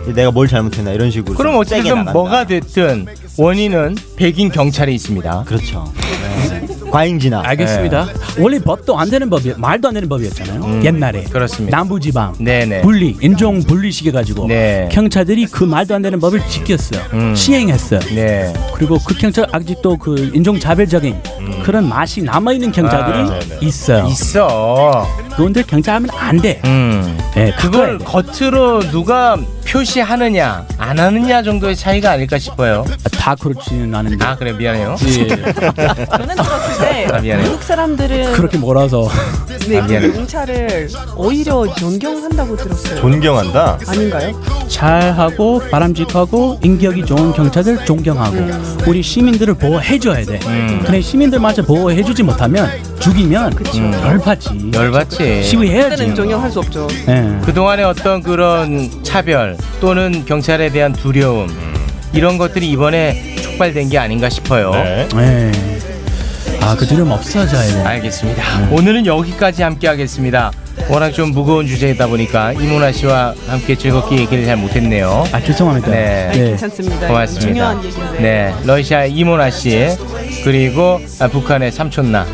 Speaker 11: 하면 내가 뭘 잘못했나 이런 식으로
Speaker 9: 그럼
Speaker 11: 좀 세게
Speaker 9: 어쨌든
Speaker 11: 나간다.
Speaker 9: 뭐가 됐든 원인은 백인 경찰에 있습니다.
Speaker 11: 그렇죠. 네. 과잉 진화.
Speaker 12: 네. 알겠습니다. 원래 법도 안 되는 법이 말도 안 되는 법이었잖아요. 옛날에
Speaker 9: 음, 그렇습니다.
Speaker 12: 남부지방
Speaker 9: 네네.
Speaker 12: 분리 인종 분리식 해가지고
Speaker 9: 네.
Speaker 12: 경찰들이 그 말도 안 되는 법을 지켰어요. 시행했어요.
Speaker 9: 음. 네.
Speaker 12: 그리고 그 경찰 아직도 그 인종 자별적인 그런 맛이 남아 있는 경찰들이
Speaker 9: 음. 아, 네네.
Speaker 12: 있어요.
Speaker 9: 있어. 음.
Speaker 12: 그런데 경찰하면 아, 안 돼. 예,
Speaker 9: 그걸 겉으로 누가 표시하느냐 안 하느냐 정도의 차이가 아닐까 싶어요.
Speaker 12: 다 그렇지는 않은데.
Speaker 9: 아 그래 미안해요.
Speaker 12: 예.
Speaker 13: 저는 들었을 때
Speaker 9: 아, 미안해요.
Speaker 13: 네. 미국 사람들은
Speaker 12: 그렇게 몰아서
Speaker 13: 네,
Speaker 12: 아, 미안해요.
Speaker 13: 경찰을 오히려 존경한다고 들었어요.
Speaker 10: 존경한다.
Speaker 13: 아닌가요?
Speaker 12: 잘하고 바람직하고 인격이 좋은 경찰들 존경하고 우리 시민들을 보호해줘야 돼.
Speaker 9: 음.
Speaker 12: 근데 시민들마저 보호해주지 못하면 죽이면 열받지.
Speaker 9: 열받지.
Speaker 12: 시위해야지.
Speaker 13: 그때는 존경할 수 없죠.
Speaker 9: 네.
Speaker 12: 예.
Speaker 9: 그동안의 어떤 그런 차별 또는 경찰에 대한 두려움 이런 것들이 이번에 촉발된 게 아닌가 싶어요.
Speaker 12: 예. 아, 그 두려움 없어져야 돼.
Speaker 9: 알겠습니다.
Speaker 12: 네.
Speaker 9: 오늘은 여기까지 함께 하겠습니다. 워낙 좀 무거운 주제이다 보니까 이문아 씨와 함께 즐겁게 얘기를 잘 못했네요.
Speaker 12: 아 죄송합니다.
Speaker 9: 네,
Speaker 13: 아니, 괜찮습니다.
Speaker 9: 고맙습니다.
Speaker 13: 중요한 얘기인데.
Speaker 9: 네, 러시아 이모나 씨 그리고 아, 북한의 삼촌나.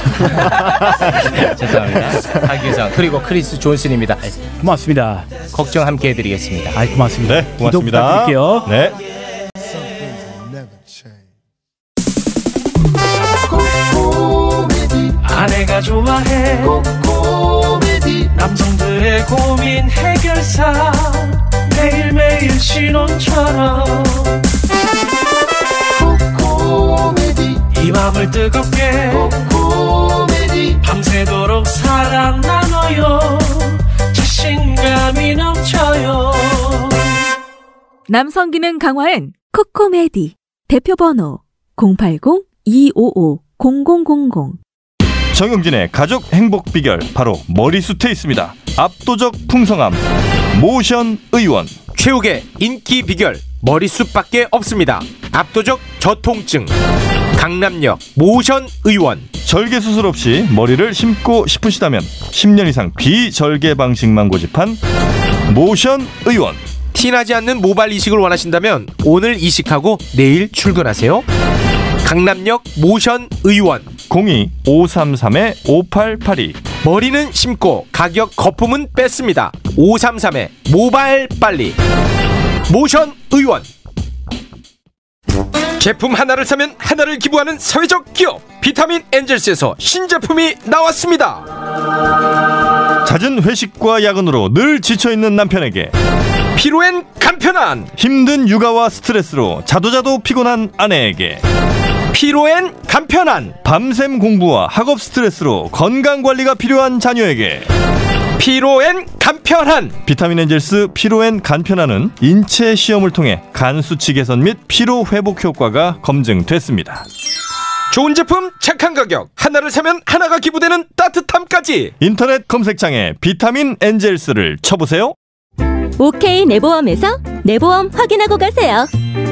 Speaker 9: 죄송합니다. 박유성 그리고 크리스 존슨입니다.
Speaker 12: 고맙습니다.
Speaker 9: 걱정 함께 해드리겠습니다.
Speaker 12: 아, 고맙습니다.
Speaker 10: 네, 고맙습니다.
Speaker 12: 부탁드릴게요.
Speaker 10: 네.
Speaker 6: 아내가 좋아해 코미디 남성들의 고민 해결사 매일매일 신혼처럼 코미디 이 맘을 뜨겁게 코미디 밤새도록 사랑 나눠요 자신감이 넘쳐요
Speaker 14: 남성 기능 강화엔 코코메디 대표 번호 080-255-0000
Speaker 10: 정용진의 가족 행복 비결 바로 머리숱에 있습니다. 압도적 풍성함 모션 의원
Speaker 9: 최욱의 인기 비결 머리숱밖에 없습니다. 압도적 저통증
Speaker 10: 강남역 모션 의원 절개 수술 없이 머리를 심고 싶으시다면 10년 이상 비절개 방식만 고집한 모션 의원
Speaker 15: 티나지 않는 모발 이식을 원하신다면 오늘 이식하고 내일 출근하세요. 강남역 모션 의원
Speaker 10: 02-533-5882
Speaker 15: 머리는 심고 가격 거품은 뺐습니다. 533에 모발 빨리 모션 의원 제품 하나를 사면 하나를 기부하는 사회적 기업 비타민 엔젤스에서 신제품이 나왔습니다.
Speaker 10: 잦은 회식과 야근으로 늘 지쳐있는 남편에게 피로엔 간편한 힘든 육아와 스트레스로 자도자도 피곤한 아내에게 피로엔 간편한 밤샘 공부와 학업 스트레스로 건강관리가 필요한 자녀에게 피로엔 간편한 비타민 엔젤스 피로엔 간편한은 인체 시험을 통해 간 수치 개선 및 피로 회복 효과가 검증됐습니다.
Speaker 15: 좋은 제품 착한 가격 하나를 사면 하나가 기부되는 따뜻함까지
Speaker 10: 인터넷 검색창에 비타민 엔젤스를 쳐보세요.
Speaker 16: 오케이 내보험에서 내보험 확인하고 가세요.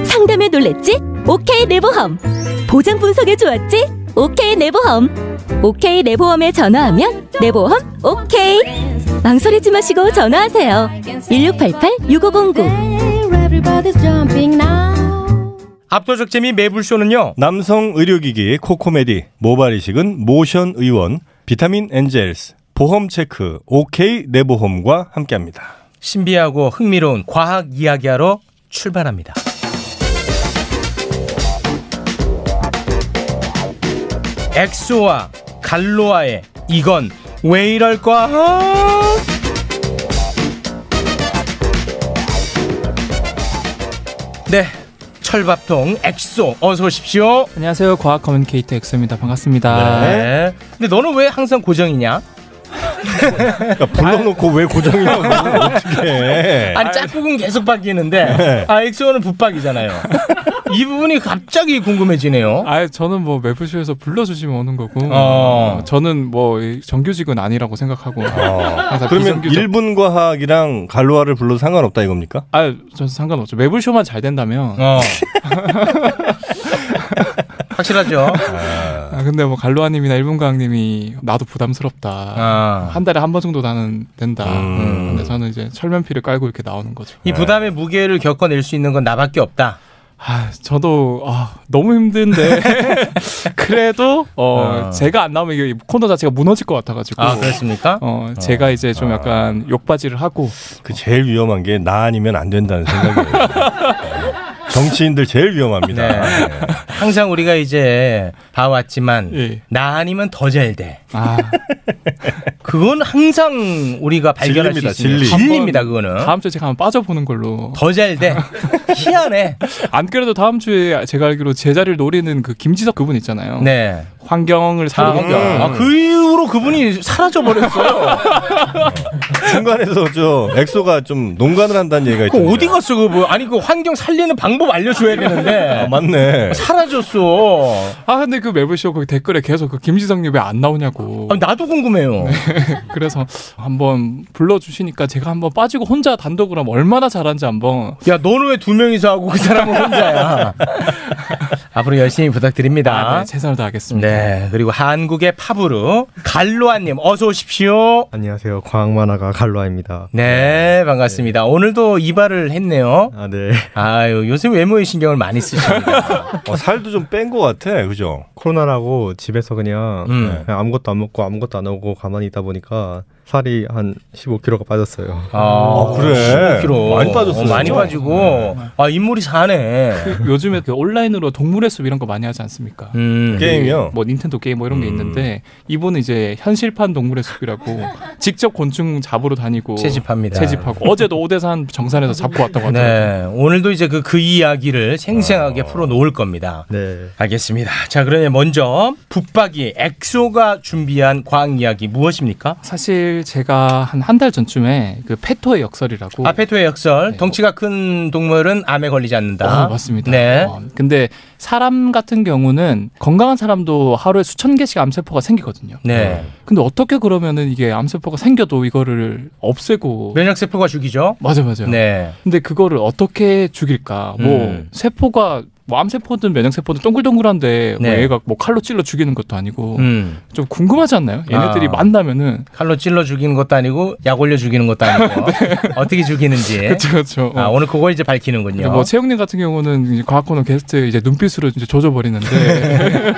Speaker 16: 상담에 놀랬지? 오케이 내보험. 보장 분석에 좋았지? 오케이 내보험. 오케이 내보험에 전화하면 내보험 오케이. 망설이지 마시고 전화하세요. 1688-6509.
Speaker 9: 압도적 재미 매불쇼는요.
Speaker 10: 남성 의료기기 코코메디 모발 이식은 모션 의원 비타민 엔젤스 보험 체크 OK 내보험과 함께합니다.
Speaker 9: 신비하고 흥미로운 과학 이야기하러 출발합니다. 엑소와 갈로아의 이건 왜 이럴까? 네, 철밥통 엑소 어서 오십시오.
Speaker 17: 안녕하세요. 과학 커뮤니케이터 엑소입니다. 반갑습니다.
Speaker 9: 네. 근데 너는 왜 항상 고정이냐?
Speaker 17: 아,
Speaker 10: 불러놓고 왜 고정이냐고 어떻게
Speaker 9: 아니 짝꿍은 계속 바뀌는데
Speaker 17: 네.
Speaker 9: 아 엑소는 붙박이잖아요. 이 부분이 갑자기 궁금해지네요.
Speaker 17: 아, 저는 뭐 매프쇼에서 불러주시면 오는 거고.
Speaker 9: 어.
Speaker 17: 어, 저는 뭐이 정규직은 아니라고 생각하고.
Speaker 9: 어.
Speaker 17: 항상
Speaker 10: 그러면
Speaker 17: 비정규직-
Speaker 10: 일본 과학이랑 갈로아를 불러도 상관없다 이겁니까?
Speaker 17: 아, 전 상관없죠. 매불쇼만 잘 된다면.
Speaker 9: 어. 확실하죠.
Speaker 17: 아, 근데 뭐 갈로아님이나 일본 과학님이 나도 부담스럽다.
Speaker 9: 아.
Speaker 17: 한 달에 한 번 정도 나는 된다. 음, 근데 저는 이제 철면피를 깔고 이렇게 나오는 거죠. 네.
Speaker 9: 이 부담의 무게를 겪어낼 수 있는 건 나밖에 없다.
Speaker 17: 아, 저도 아, 너무 힘든데 네. 그래도 어,
Speaker 9: 아.
Speaker 17: 제가 안 나오면 이 코너 자체가 무너질 것 같아가지고
Speaker 9: 아, 그렇습니까?
Speaker 17: 어, 제가 이제 좀 약간 욕받이를 하고
Speaker 10: 그 제일 위험한 게 나 아니면 안 된다는 생각이에요. 정치인들 제일 위험합니다.
Speaker 9: 네.
Speaker 17: 아, 네.
Speaker 9: 항상 우리가 이제 봐왔지만
Speaker 17: 예.
Speaker 9: 나 아니면 더 잘 돼. 그건 항상 우리가 발견할
Speaker 17: 진리입니다,
Speaker 9: 수 있습니다.
Speaker 17: 진리.
Speaker 9: 진리입니다. 그거는.
Speaker 17: 다음 주에 제가 한번 빠져보는 걸로
Speaker 9: 더 잘 돼. 희한해.
Speaker 17: 안 그래도 다음 주에 제가 알기로 제자리를 노리는 그 김지석 그분 있잖아요.
Speaker 9: 네.
Speaker 17: 환경을 살리겠다.
Speaker 9: 아, 음. 아, 그 이후로 그분이 사라져
Speaker 17: 아,
Speaker 9: 버렸어요.
Speaker 17: 네.
Speaker 10: 중간에서 저 엑소가 좀 농간을 한다는 얘기가
Speaker 9: 그
Speaker 10: 있던데.
Speaker 9: 어디 갔어 그 뭐? 아니 그 환경 살리는 방법 알려줘야 되는데.
Speaker 10: 아, 맞네.
Speaker 9: 사라졌어.
Speaker 17: 아 근데 그 매블쇼 거기 댓글에 계속 그 김지성님 왜 안 나오냐고.
Speaker 9: 아,
Speaker 17: 네.
Speaker 9: 나도 궁금해요.
Speaker 17: 그래서 한번 불러주시니까 제가 한번 빠지고 혼자 단독으로 하면 얼마나 잘하는지 한번.
Speaker 9: 야 너는 왜 두 명이서 하고 그 사람은 혼자야? 앞으로 열심히 부탁드립니다.
Speaker 17: 아, 네, 최선을 다하겠습니다.
Speaker 9: 네. 그리고 한국의 팝으로 갈로아님 어서 오십시오.
Speaker 18: 안녕하세요. 과학 만화가 갈로아입니다.
Speaker 9: 네, 반갑습니다. 오늘도 이발을 했네요.
Speaker 18: 아, 네.
Speaker 9: 아유, 요새 외모에 신경을 많이 쓰십니다.
Speaker 10: 살도 좀 뺀 것 같아, 그죠?
Speaker 18: 코로나라고 집에서 그냥,
Speaker 9: 음.
Speaker 18: 그냥 아무것도 안 먹고 아무것도 안 하고 가만히 있다 보니까 살이 한 15kg가 빠졌어요.
Speaker 9: 아, 15kg. 어, 많이 빠지고. 아, 인물이 사네.
Speaker 17: 요즘에 그 온라인으로 동물의 숲 이런 거 많이 하지 않습니까?
Speaker 9: 음. 그
Speaker 10: 게임이요?
Speaker 17: 뭐 닌텐도 게임 뭐 이런 게 있는데 이분은 이제 현실판 동물의 숲이라고 직접 곤충 잡으러 다니고
Speaker 9: 채집합니다.
Speaker 17: 채집하고 어제도 오대산 정산에서 잡고 왔던 것 같아요.
Speaker 9: 네, 오늘도 이제 그, 그 이야기를 생생하게 풀어 놓을 겁니다.
Speaker 18: 네.
Speaker 9: 알겠습니다. 자, 그러면 먼저 붙박이 엑소가 준비한 과학 이야기 무엇입니까?
Speaker 17: 사실 제가 한 한 달 전쯤에 그 페토의 네. 역설이라고
Speaker 9: 아페토의 역설, 덩치가 큰 동물은 아, 암에 걸리지 않는다.
Speaker 17: 어, 맞습니다.
Speaker 9: 네.
Speaker 17: 어, 근데 사람 같은 경우는 건강한 사람도 하루에 수천 개씩 암세포가 생기거든요.
Speaker 9: 네.
Speaker 17: 근데 어떻게 그러면은 이게 암세포가 생겨도 이거를 없애고
Speaker 9: 면역 세포가 죽이죠.
Speaker 17: 맞아 맞아.
Speaker 9: 네.
Speaker 17: 근데 그거를 어떻게 죽일까? 뭐
Speaker 9: 음.
Speaker 17: 세포가 뭐 암세포든 면역세포든 동글동글한데 뭐
Speaker 9: 네.
Speaker 17: 얘가 뭐 칼로 찔러 죽이는 것도 아니고
Speaker 9: 음.
Speaker 17: 좀 궁금하지 않나요? 얘네들이
Speaker 9: 아.
Speaker 17: 만나면은
Speaker 9: 칼로 찔러 죽이는 것도 아니고 약 올려 죽이는 것도 아니고 어떻게 죽이는지.
Speaker 17: 네. 그쵸, 그쵸. 어.
Speaker 9: 아, 오늘 그걸 이제 밝히는군요.
Speaker 17: 뭐 채용님 같은 경우는 이제 과학 코너 게스트 이제 눈빛으로 이제 조져버리는데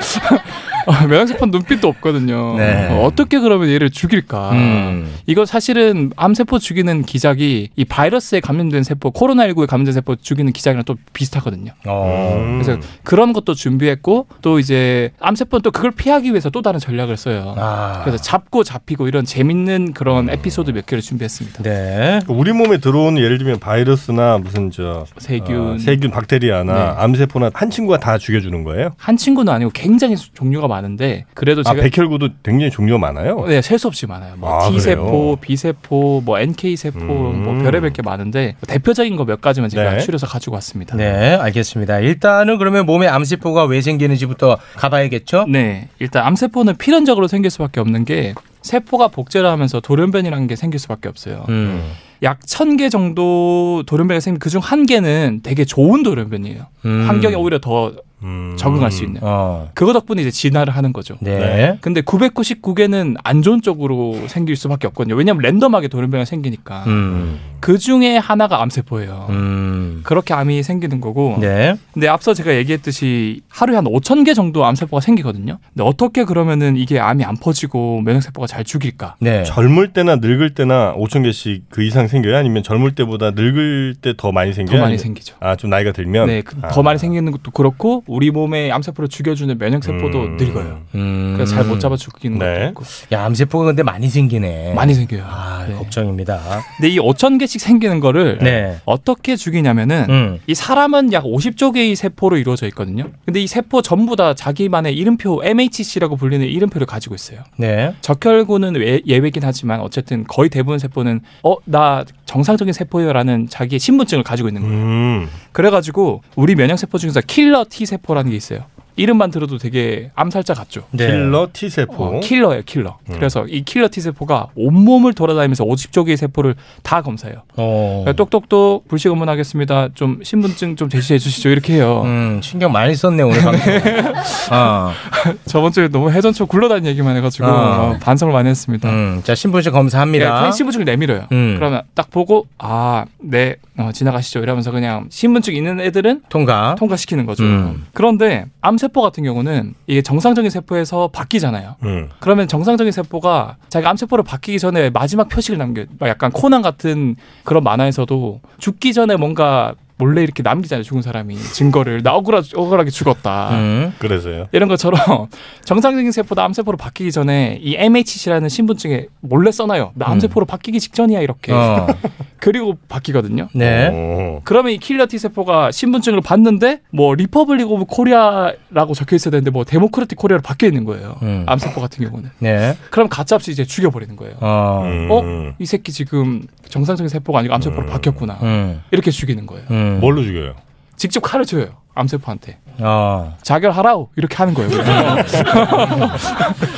Speaker 17: 어, 면역세포는 눈빛도 없거든요.
Speaker 9: 네.
Speaker 17: 어, 떻게 그러면 얘를 죽일까?
Speaker 9: 음.
Speaker 17: 이거 사실은 암세포 죽이는 기작이 이 바이러스에 감염된 세포, 코로나19에 감염된 세포 죽이는 기작이랑 또 비슷하거든요.
Speaker 9: 어.
Speaker 17: 그래서 그런 것도 준비했고 또 이제 암세포는 또 그걸 피하기 위해서 또 다른 전략을 써요.
Speaker 9: 아.
Speaker 17: 그래서 잡고 잡히고 이런 재밌는 그런
Speaker 9: 음.
Speaker 17: 에피소드 몇 개를 준비했습니다.
Speaker 9: 네.
Speaker 18: 그러니까 우리 몸에 들어온 예를 들면 바이러스나 무슨 저
Speaker 17: 세균.
Speaker 18: 어, 세균, 박테리아나
Speaker 17: 네.
Speaker 18: 암세포나 한 친구가 다 죽여주는 거예요?
Speaker 17: 한 친구는 아니고 굉장히 수- 종류가 많은데 그래도
Speaker 18: 아
Speaker 17: 제가
Speaker 18: 백혈구도 굉장히 종류가 많아요.
Speaker 17: 네, 셀 수 없이 많아요. 뭐
Speaker 18: 아,
Speaker 17: T
Speaker 18: 그래요?
Speaker 17: 세포, B 세포, 뭐 NK 세포, 뭐 별의별 게 많은데 대표적인 거 몇 가지만 제가
Speaker 9: 네.
Speaker 17: 추려서 가지고 왔습니다.
Speaker 9: 네, 알겠습니다. 일단은 그러면 몸에 암세포가 왜 생기는지부터 가봐야겠죠?
Speaker 17: 네. 일단 암세포는 필연적으로 생길 수밖에 없는 게 세포가 복제를 하면서 돌연변이라는 게 생길 수밖에 없어요.
Speaker 9: 음.
Speaker 17: 약 천 개 정도 돌연변이가 생긴 그중 한 개는 되게 좋은 돌연변이에요.
Speaker 9: 음.
Speaker 17: 환경에 오히려 더 적응할 수 있는.
Speaker 9: 어.
Speaker 17: 그거 덕분에 이제 진화를 하는 거죠.
Speaker 9: 네.
Speaker 17: 근데 999개는 안 좋은 쪽으로 생길 수밖에 없거든요. 왜냐하면 랜덤하게 돌연변이가 생기니까.
Speaker 9: 음.
Speaker 17: 그 중에 하나가 암세포예요.
Speaker 9: 음.
Speaker 17: 그렇게 암이 생기는 거고.
Speaker 9: 네.
Speaker 17: 근데 앞서 제가 얘기했듯이 하루에 한 5천 개 정도 암세포가 생기거든요. 근데 어떻게 그러면은 이게 암이 안 퍼지고 면역세포가 잘 죽일까?
Speaker 18: 네.
Speaker 9: 네.
Speaker 18: 젊을 때나 늙을 때나 5천 개씩 그 이상 생겨요? 아니면 젊을 때보다 늙을 때 더 많이 생겨요?
Speaker 17: 많이
Speaker 18: 아니면-
Speaker 17: 생기죠.
Speaker 18: 아, 좀 나이가 들면? 아.
Speaker 17: 네, 그- 더 많이 생기는 것도 그렇고 우리 몸에 암세포를 죽여주는 면역세포도 늙어요. 그래서 잘 못 잡아 죽이는 것도 있고.
Speaker 9: 음. 야, 암세포가 근데 많이 생기네.
Speaker 17: 많이 생겨요.
Speaker 9: 아, 걱정입니다.
Speaker 17: 근데 이 5천 개씩 생기는 거를 어떻게 죽이냐면은
Speaker 9: 네. 음.
Speaker 17: 이 사람은 약 50조 개의 세포로 이루어져 있거든요. 근데 이 세포 전부 다 자기만의 이름표 MHC라고 불리는 이름표를 가지고 있어요.
Speaker 9: 네.
Speaker 17: 적혈구는 외- 예외긴 하지만 어쨌든 거의 대부분 세포는 어 나 정상적인 세포예요라는 자기의 신분증을 가지고 있는 거예요. 그래가지고 우리 면역 세포 중에서 킬러 T 세포라는 게 있어요. 이름만 들어도 되게 암살자 같죠.
Speaker 18: 네. 킬러 T 세포.
Speaker 17: 어, 킬러예요, 킬러. 그래서 이 킬러 T 세포가 온몸을 돌아다니면서 50조 개의 세포를 다 검사해요.
Speaker 9: 어.
Speaker 17: 그러니까 똑똑똑 불식 업무하겠습니다. 좀 신분증 좀 제시해 주시죠. 이렇게 해요.
Speaker 9: 음, 신경 많이 썼네 오늘 방송. 아.
Speaker 17: 저번 주에 너무 해전초 굴러다니는 얘기만 해가지고
Speaker 9: 어.
Speaker 17: 어, 반성을 많이 했습니다.
Speaker 9: 음, 자 신분증 검사합니다.
Speaker 17: 네, 신분증을 내밀어요.
Speaker 9: 음.
Speaker 17: 그러면 딱 보고 아, 네 어, 지나가시죠 이러면서 그냥 신분증 있는 애들은
Speaker 9: 통과
Speaker 17: 통과시키는 거죠.
Speaker 9: 음.
Speaker 17: 그런데 암세포 같은 경우는 이게 정상적인 세포에서 바뀌잖아요.
Speaker 18: 음.
Speaker 17: 그러면 정상적인 세포가 자기가 암세포로 바뀌기 전에 마지막 표식을 남겨요. 막 약간 코난 같은 그런 만화에서도 죽기 전에 뭔가 몰래 이렇게 남기잖아요. 죽은 사람이 증거를 나 억울하, 억울하게 죽었다.
Speaker 18: 음. 그래서요.
Speaker 17: 이런 것처럼 정상적인 세포도 암세포로 바뀌기 전에 이 MHC라는 신분증에 몰래 써놔요.
Speaker 18: 음.
Speaker 17: 나 암세포로 바뀌기 직전이야 이렇게.
Speaker 9: 어.
Speaker 17: 그리고 바뀌거든요.
Speaker 9: 네.
Speaker 17: 그러면 이 킬러 T 세포가 신분증을 봤는데 뭐 리퍼블릭 오브 코리아라고 적혀 있어야 되는데 뭐 데모크라틱 코리아로 바뀌어 있는 거예요.
Speaker 9: 음.
Speaker 17: 암세포 같은 경우는.
Speaker 9: 네.
Speaker 17: 그럼 가짜없이 이제 죽여버리는 거예요.
Speaker 9: 어.
Speaker 17: 어? 이 새끼 지금 정상적인 세포가 아니고 암세포로 바뀌었구나.
Speaker 9: 음.
Speaker 17: 이렇게 죽이는 거예요.
Speaker 9: 음. 뭘로
Speaker 18: 죽여요?
Speaker 17: 직접 칼을 줘요. 암세포한테.
Speaker 9: 어.
Speaker 17: 자결하라우 이렇게 하는 거예요.
Speaker 6: 음.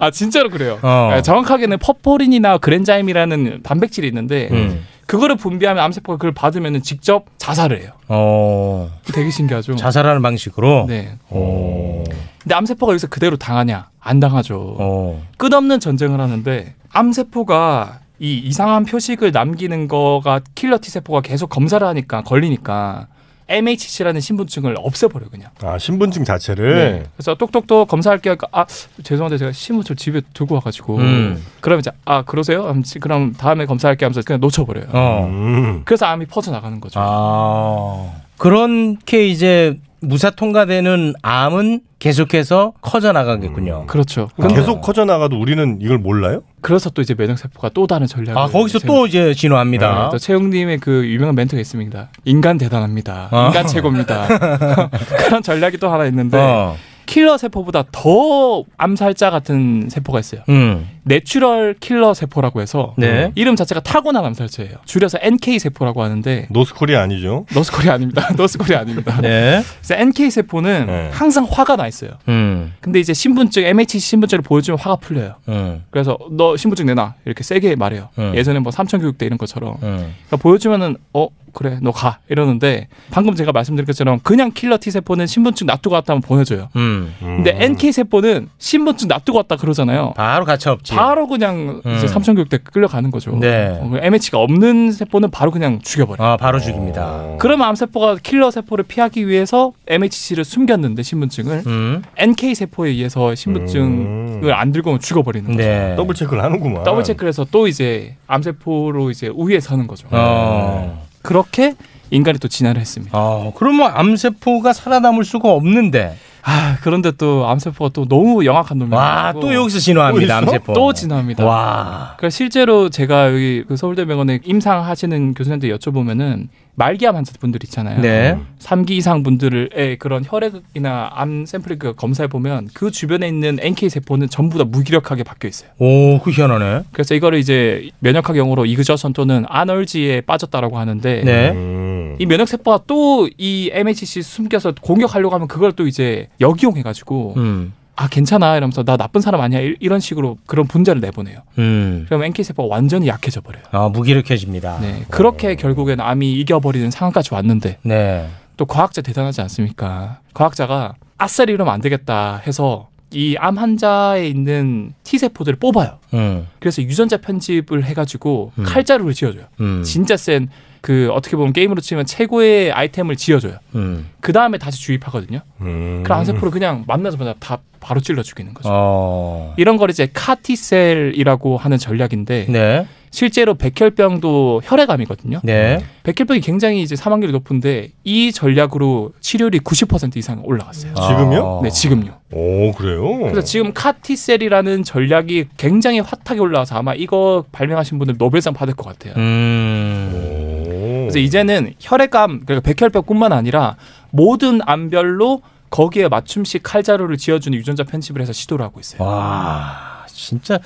Speaker 17: 아 진짜로 그래요.
Speaker 9: 어.
Speaker 17: 아, 정확하게는 퍼포린이나 그랜자임이라는 단백질이 있는데
Speaker 9: 음.
Speaker 17: 그거를 분비하면 암세포가 그걸 받으면 직접 자살을 해요.
Speaker 9: 어.
Speaker 17: 되게 신기하죠.
Speaker 9: 자살하는 방식으로.
Speaker 17: 네.
Speaker 9: 오.
Speaker 17: 근데 암세포가 여기서 그대로 당하냐? 안 당하죠.
Speaker 9: 어. 네.
Speaker 17: 끝없는 전쟁을 하는데 암세포가 이 이상한 표식을 남기는 거가 킬러 T 세포가 계속 검사를 하니까 걸리니까 MHC라는 신분증을 없애버려 그냥. 네.
Speaker 18: 아, 신분증
Speaker 9: 네.
Speaker 18: 자체를?
Speaker 17: 그래서 똑똑똑 검사할게요. 그러니까 아 죄송한데 제가 신분증 집에 두고 와가지고
Speaker 18: 음.
Speaker 17: 그러면 이제 아 그러세요? 그럼 지- 그럼 다음에 검사할게 하면서 그냥 놓쳐버려요.
Speaker 9: 어.
Speaker 17: 그래서 암이 퍼져 나가는 거죠.
Speaker 9: 아. 그렇게 이제 무사 통과되는 암은 계속해서 커져 나가겠군요.
Speaker 17: 그렇죠.
Speaker 9: 아,
Speaker 18: 계속 커져 나가도 우리는 이걸 몰라요?
Speaker 17: 그래서 또 이제 면역 세포가 또 다른 전략을
Speaker 9: 아, 거기서 또 이제 진화합니다.
Speaker 17: 네, 또 채용님의 그 유명한 멘트가 있습니다. 인간 대단합니다.
Speaker 9: 아.
Speaker 18: 어.
Speaker 17: 인간 최고입니다. 그런 전략이 또 하나 있는데
Speaker 9: 어.
Speaker 17: 킬러 세포보다 더 암살자 같은 세포가 있어요.
Speaker 9: 음.
Speaker 17: 내추럴 킬러 세포라고 해서
Speaker 18: 네.
Speaker 17: 이름 자체가 타고난 암살체예요. 줄여서 NK 세포라고 하는데
Speaker 18: 노스코리아 아니죠?
Speaker 17: 노스코리아 아닙니다. 노스코리아 아닙니다.
Speaker 18: 네.
Speaker 17: 그래서 NK 세포는 항상 화가 나 있어요.
Speaker 9: 음.
Speaker 17: 근데 이제 신분증 MHC 신분증을 보여주면 화가 풀려요.
Speaker 9: 음.
Speaker 17: 그래서 너 신분증 내놔 이렇게 세게 말해요.
Speaker 9: 음.
Speaker 17: 예전에 뭐 삼천 교육대 이런 것처럼
Speaker 9: 음.
Speaker 17: 그러니까 보여주면은 어 그래 너 가 이러는데 방금 제가 말씀드린 것처럼 그냥 킬러 T 세포는 신분증 놔두고 왔다 하면 보내줘요.
Speaker 9: 음.
Speaker 17: 근데 NK 세포는 신분증 놔두고 왔다 그러잖아요.
Speaker 9: 바로 가차없지.
Speaker 17: 바로 그냥
Speaker 9: 음.
Speaker 17: 이제 삼천 교육대 끌려가는 거죠.
Speaker 9: 네.
Speaker 17: 어, MH가 없는 세포는 바로 그냥 어. 죽여버려.
Speaker 9: 아, 바로 죽입니다.
Speaker 17: 그러면 암세포가 킬러 세포를 피하기 위해서 MHC를 숨겼는데 신분증을
Speaker 18: 음.
Speaker 17: NK 세포에 의해서 신분증을 안 들고 오면 죽어버리는 거죠.
Speaker 9: 네.
Speaker 18: 더블 체크를 하는구만.
Speaker 17: 더블 체크해서 또 이제 암세포로 이제 우위에 서는 거죠.
Speaker 9: 어.
Speaker 17: 네. 그렇게 인간이 또 진화를 했습니다.
Speaker 9: 아, 그러면 암세포가 살아남을 수가 없는데.
Speaker 17: 아, 그런데 또 암세포가 또 너무 영악한 놈이
Speaker 9: 와, 또 여기서 진화합니다, 암세포.
Speaker 17: 또 진화합니다.
Speaker 9: 와.
Speaker 17: 그러니까 실제로 제가 여기 그 서울대병원에 임상하시는 교수님한테 여쭤보면은 말기암 환자분들 있잖아요.
Speaker 9: 네.
Speaker 17: 3기 이상 분들의 그런 혈액이나 암 샘플을 그 검사해 보면 그 주변에 있는 NK 세포는 전부 다 무기력하게 바뀌어 있어요.
Speaker 9: 오, 그 희한하네.
Speaker 17: 그래서 이거를 이제 면역학 용어로 이그저선 또는 아널지에 빠졌다라고 하는데
Speaker 9: 네.
Speaker 18: 음.
Speaker 17: 이 면역 세포가 또 이 MHC 숨겨서 공격하려고 하면 그걸 또 이제 역이용해 가지고
Speaker 9: 음.
Speaker 17: 아 괜찮아 이러면서 나 나쁜 사람 아니야 이- 이런 식으로 그런 분자를 내보내요.
Speaker 9: 음.
Speaker 17: 그럼 NK 세포가 완전히 약해져 버려요.
Speaker 9: 아, 무기력해집니다. 네.
Speaker 17: 그렇게 결국엔 암이 이겨버리는 상황까지 왔는데
Speaker 9: 네.
Speaker 17: 또 과학자 대단하지 않습니까? 과학자가 아싸리 이러면 안 되겠다 해서 이 암 환자에 있는 T 세포들을 뽑아요.
Speaker 9: 음.
Speaker 17: 그래서 유전자 편집을 해가지고
Speaker 9: 음.
Speaker 17: 칼자루를 지어줘요.
Speaker 9: 음.
Speaker 17: 진짜 센 그 어떻게 보면 게임으로 치면 최고의 아이템을 지어줘요.
Speaker 9: 음.
Speaker 17: 그 다음에 다시 주입하거든요. 그럼 암세포를 그냥 만나자마자 다 바로 찔러 죽이는 거죠.
Speaker 9: 어.
Speaker 17: 이런 걸 이제 카티셀이라고 하는 전략인데
Speaker 9: 네.
Speaker 17: 실제로 백혈병도 혈액암이거든요.
Speaker 9: 네.
Speaker 17: 백혈병이 굉장히 이제 사망률이 높은데 이 전략으로 치료율이 90% 이상 올라갔어요.
Speaker 18: 아.
Speaker 9: 아.
Speaker 18: 지금요?
Speaker 17: 네, 지금요. 그렇죠.
Speaker 18: 오, 그래요?
Speaker 9: 어.
Speaker 17: 그래서 지금 카티셀이라는 전략이 굉장히 핫하게 올라와서 아마 이거 발명하신 분들 노벨상 받을 것 같아요.
Speaker 9: 음.
Speaker 17: 네. 그래서 이제는 혈액암 그러니까 백혈병뿐만 아니라 모든 암별로 거기에 맞춤식 칼자루를 지어주는 유전자 편집을 해서 시도를 하고 있어요.
Speaker 9: 와, 진짜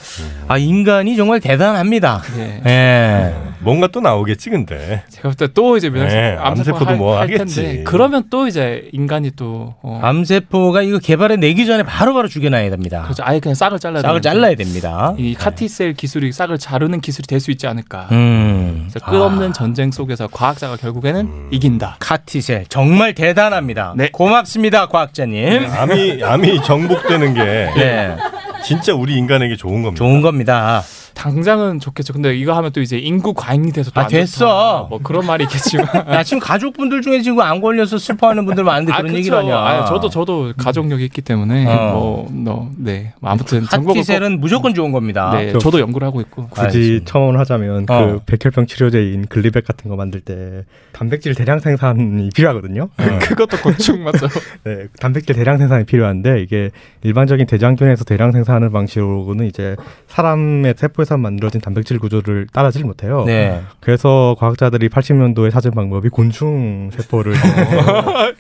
Speaker 9: 아 인간이 정말 대단합니다.
Speaker 17: 예.
Speaker 18: 뭔가 또 나오겠지 근데.
Speaker 17: 제가 볼 때 또 이제 면역세
Speaker 18: 네,
Speaker 17: 암세포
Speaker 18: 암세포도 뭐
Speaker 17: 할
Speaker 18: 하겠지.
Speaker 17: 텐데 그러면 또 이제 인간이 또 어,
Speaker 9: 암세포가 이거 개발에 내기 전에 바로바로 죽여놔야 됩니다.
Speaker 17: 그렇죠. 아예 그냥 싹을 잘라야
Speaker 9: 싹을
Speaker 17: 되는데.
Speaker 9: 잘라야 됩니다.
Speaker 17: 이 카티셀 기술이 싹을 자르는 기술이 될 수 있지 않을까.
Speaker 9: 음.
Speaker 17: 그래서 끝없는 전쟁 속에서 과학자가 결국에는
Speaker 18: 음.
Speaker 17: 이긴다. 네.
Speaker 9: 카티셀 정말 대단합니다. 고맙습니다, 과학자님.
Speaker 18: 음, 네, 암이 암이 정복되는 게
Speaker 9: 네.
Speaker 18: 진짜 우리 인간에게 좋은 겁니다.
Speaker 9: 좋은 겁니다.
Speaker 17: 당장은 좋겠죠. 근데 이거 하면 또 이제 인구 과잉이 돼서
Speaker 9: 아
Speaker 17: 또안
Speaker 9: 됐어.
Speaker 17: 뭐 그런 말이 있겠지만.
Speaker 9: 나 지금 가족분들 중에 지금 안 걸려서 슬퍼하는 분들 많은데 그런
Speaker 17: 그쵸.
Speaker 9: 얘기를 하냐?
Speaker 17: 아니, 저도 저도 가족력이 있기 때문에
Speaker 9: 어.
Speaker 17: 뭐, 너, 네. 뭐 아무튼 정보가
Speaker 9: 카티셀은 무조건 좋은 겁니다.
Speaker 17: 네, 저도 연구를 하고 있고.
Speaker 19: 굳이 첨언하자면
Speaker 9: 어.
Speaker 19: 그 백혈병 치료제인 글리백 같은 거 만들 때 단백질 대량 생산이 필요하거든요.
Speaker 17: 어. 그것도 곤충 맞죠?
Speaker 19: 네, 단백질 대량 생산이 필요한데 이게 일반적인 대장균에서 대량 생산하는 방식으로는 이제 사람의 세포에서 만들어진 단백질 구조를 따라질 못해요.
Speaker 9: 네.
Speaker 19: 그래서 과학자들이 80년도에 찾은 방법이 곤충 세포를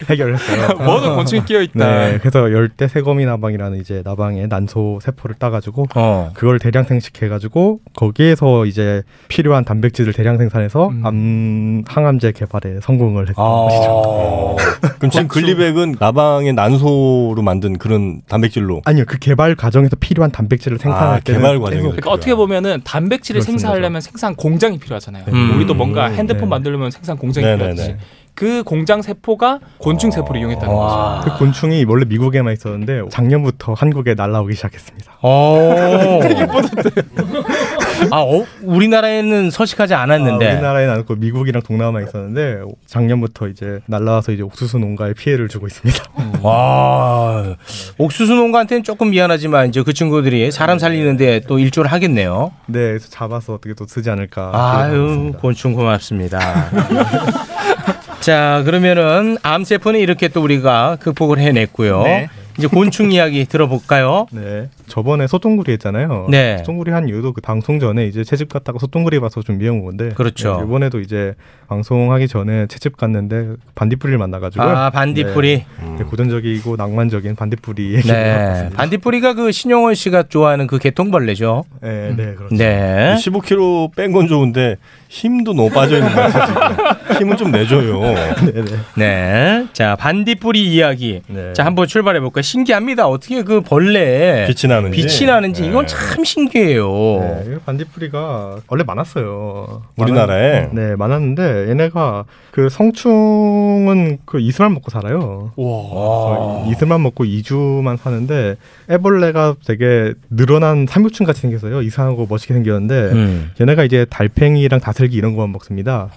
Speaker 19: 해결했어요.
Speaker 17: 뭐든 곤충이 끼어있다.
Speaker 19: 네, 그래서 열대 새거미 나방이라는 이제 나방의 난소 세포를 따가지고
Speaker 17: 어.
Speaker 19: 그걸 대량 생식해가지고 거기에서 이제 필요한 단백질을 대량 생산해서
Speaker 17: 음.
Speaker 19: 암 항암제 개발에 성공을
Speaker 17: 아.
Speaker 19: 했던 것이죠.
Speaker 18: 아. 그럼 지금 글리백은 나방의 난소로 만든 그런 단백질로
Speaker 19: 아니요, 그 개발 과정에서 필요한 단백질을 생산할
Speaker 18: 아,
Speaker 19: 때는
Speaker 18: 개발 과정에서
Speaker 19: 계속
Speaker 17: 그러니까 어떻게 보면은 단백질을 생산하려면 생산 공장이 필요하잖아요.
Speaker 19: 음.
Speaker 17: 우리도 뭔가
Speaker 19: 음,
Speaker 17: 핸드폰
Speaker 19: 네.
Speaker 17: 만들려면 생산 공장이
Speaker 19: 네,
Speaker 17: 필요하지.
Speaker 19: 네, 네.
Speaker 17: 그 공장 세포가 곤충 세포를 이용했다는 거죠.
Speaker 19: 그 곤충이 원래 미국에만 있었는데 작년부터 한국에 날라오기 시작했습니다.
Speaker 17: 어.
Speaker 9: 되게 아, 어? 우리나라에는 서식하지 않았는데.
Speaker 19: 아, 우리나라에는 않고 미국이랑 동남아에 있었는데 작년부터 이제 날라와서 이제 옥수수 농가에 피해를 주고 있습니다.
Speaker 9: 와, 옥수수 농가한테는 조금 미안하지만 이제 그 친구들이 사람 살리는데 또 일조를 하겠네요.
Speaker 19: 네, 그래서 잡아서 어떻게 또 쓰지 않을까.
Speaker 9: 아유, 곤충 고맙습니다. 자, 그러면은 암세포는 이렇게 또 우리가 극복을 해냈고요.
Speaker 19: 네.
Speaker 9: 이제 곤충 이야기 들어볼까요?
Speaker 19: 네. 저번에 소똥구리 했잖아요.
Speaker 9: 네.
Speaker 19: 소똥구리 한 이유도 그 방송 전에 이제 채집 갔다가 소똥구리 봐서 준비해 온 건데.
Speaker 9: 그렇죠.
Speaker 19: 네, 이번에도 이제 방송하기 전에 채집 갔는데 반딧불이를 만나가지고. 네. 음.
Speaker 9: 아, 반딧불이.
Speaker 19: 고전적이고 낭만적인 반딧불이 얘기를
Speaker 9: 네.
Speaker 19: 해봤습니다.
Speaker 9: 반딧불이가 그 신용원 씨가 좋아하는 그 개통벌레죠.
Speaker 19: 네, 네, 그렇죠.
Speaker 9: 네.
Speaker 18: 15kg 뺀 건 좋은데 힘도 너무 빠져 있는 거 같아요. 힘은 좀 내줘요.
Speaker 9: 네. 자, 반딧불이 이야기.
Speaker 18: 네.
Speaker 9: 자, 한번 출발해 볼까요? 신기합니다. 어떻게 그 벌레에
Speaker 18: 빛이 나는지. 네.
Speaker 9: 빛이 나는지 이건 참 신기해요.
Speaker 19: 네, 반딧불이가 원래 많았어요.
Speaker 18: 우리나라에?
Speaker 19: 많았- 네, 많았는데 얘네가 그 성충은 그 이슬만 먹고 살아요.
Speaker 18: 아.
Speaker 19: 그래서 이슬만 먹고 2주만 사는데 애벌레가 되게 늘어난 삼육충 같이 생겼어요. 이상하고 멋있게 생겼는데
Speaker 9: 음.
Speaker 19: 얘네가 이제 달팽이랑 다슬기 이런 것만 먹습니다.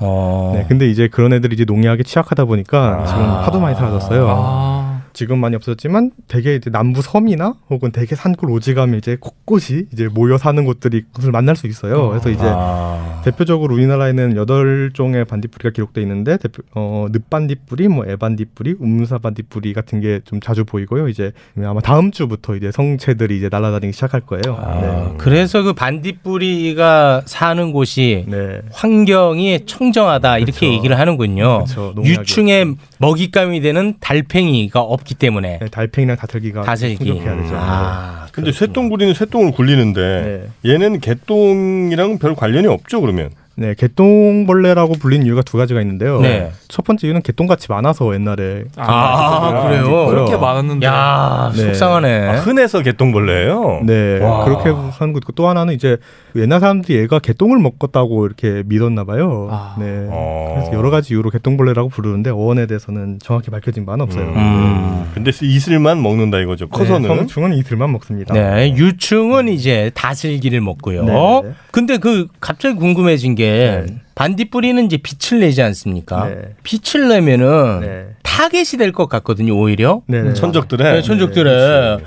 Speaker 19: 네, 근데 이제 그런 애들이 이제 농약에 취약하다 보니까 지금 하도 많이 사라졌어요. 지금 많이 없어졌지만 되게 이제 남부 섬이나 혹은 되게 산골 오지감에 이제 곳곳이 이제 모여 사는 곳들이 곳을 만날 수 있어요. 그래서 이제
Speaker 9: 아.
Speaker 19: 대표적으로 우리나라에는 여덟 종의 반딧불이가 기록돼 있는데 대표 어 늪반딧불이 뭐 애반딧불이 음사반딧불이 같은 게 좀 자주 보이고요. 이제 아마 다음 주부터 이제 성체들이 이제 날아다니기 시작할 거예요. 네.
Speaker 18: 음.
Speaker 9: 그래서 그 반딧불이가 사는 곳이
Speaker 18: 네.
Speaker 9: 환경이 청정하다
Speaker 18: 그렇죠.
Speaker 9: 이렇게 얘기를 하는군요.
Speaker 19: 농약이
Speaker 9: 유충의 먹잇감이 되는 달팽이가 없기 때문에
Speaker 19: 달팽이랑 다슬기가
Speaker 9: 다슬기.
Speaker 18: 네, 충족해야 되죠.
Speaker 9: 아,
Speaker 18: 근데 쇠똥구리는 쇠똥을 굴리는데 얘는 개똥이랑 별 관련이 없죠 그러면?
Speaker 19: 네, 개똥벌레라고 불리는 이유가 두 가지가 있는데요.
Speaker 18: 네.
Speaker 19: 첫 번째 이유는 개똥같이 많아서 옛날에
Speaker 9: 아, 그래요?
Speaker 19: 어.
Speaker 9: 그렇게 많았는데. 야, 속상하네.
Speaker 18: 아, 흔해서 개똥벌레예요.
Speaker 19: 네,
Speaker 18: 와.
Speaker 19: 그렇게 하는 것도 또 하나는 이제 옛날 사람들이 얘가 개똥을 먹었다고 이렇게 믿었나 봐요.
Speaker 9: 아.
Speaker 19: 네,
Speaker 18: 어.
Speaker 19: 그래서 여러 가지 이유로 개똥벌레라고 부르는데 어원에 대해서는 정확히 밝혀진 바는 없어요.
Speaker 18: 근데 이슬만 먹는다 이거죠. 음. 커서는.
Speaker 19: 네, 성충은 이슬만 먹습니다.
Speaker 9: 네, 유충은 이제 다슬기를 먹고요.
Speaker 19: 네.
Speaker 9: 근데 그 갑자기 궁금해진 게 반딧불이는 이제 빛을 내지
Speaker 19: 네.
Speaker 9: 않습니까? 빛을 내면은 타겟이 될 것 같거든요, 오히려.
Speaker 18: 네. 천적들에.
Speaker 9: 네,
Speaker 19: 그렇죠.
Speaker 9: 천적들에.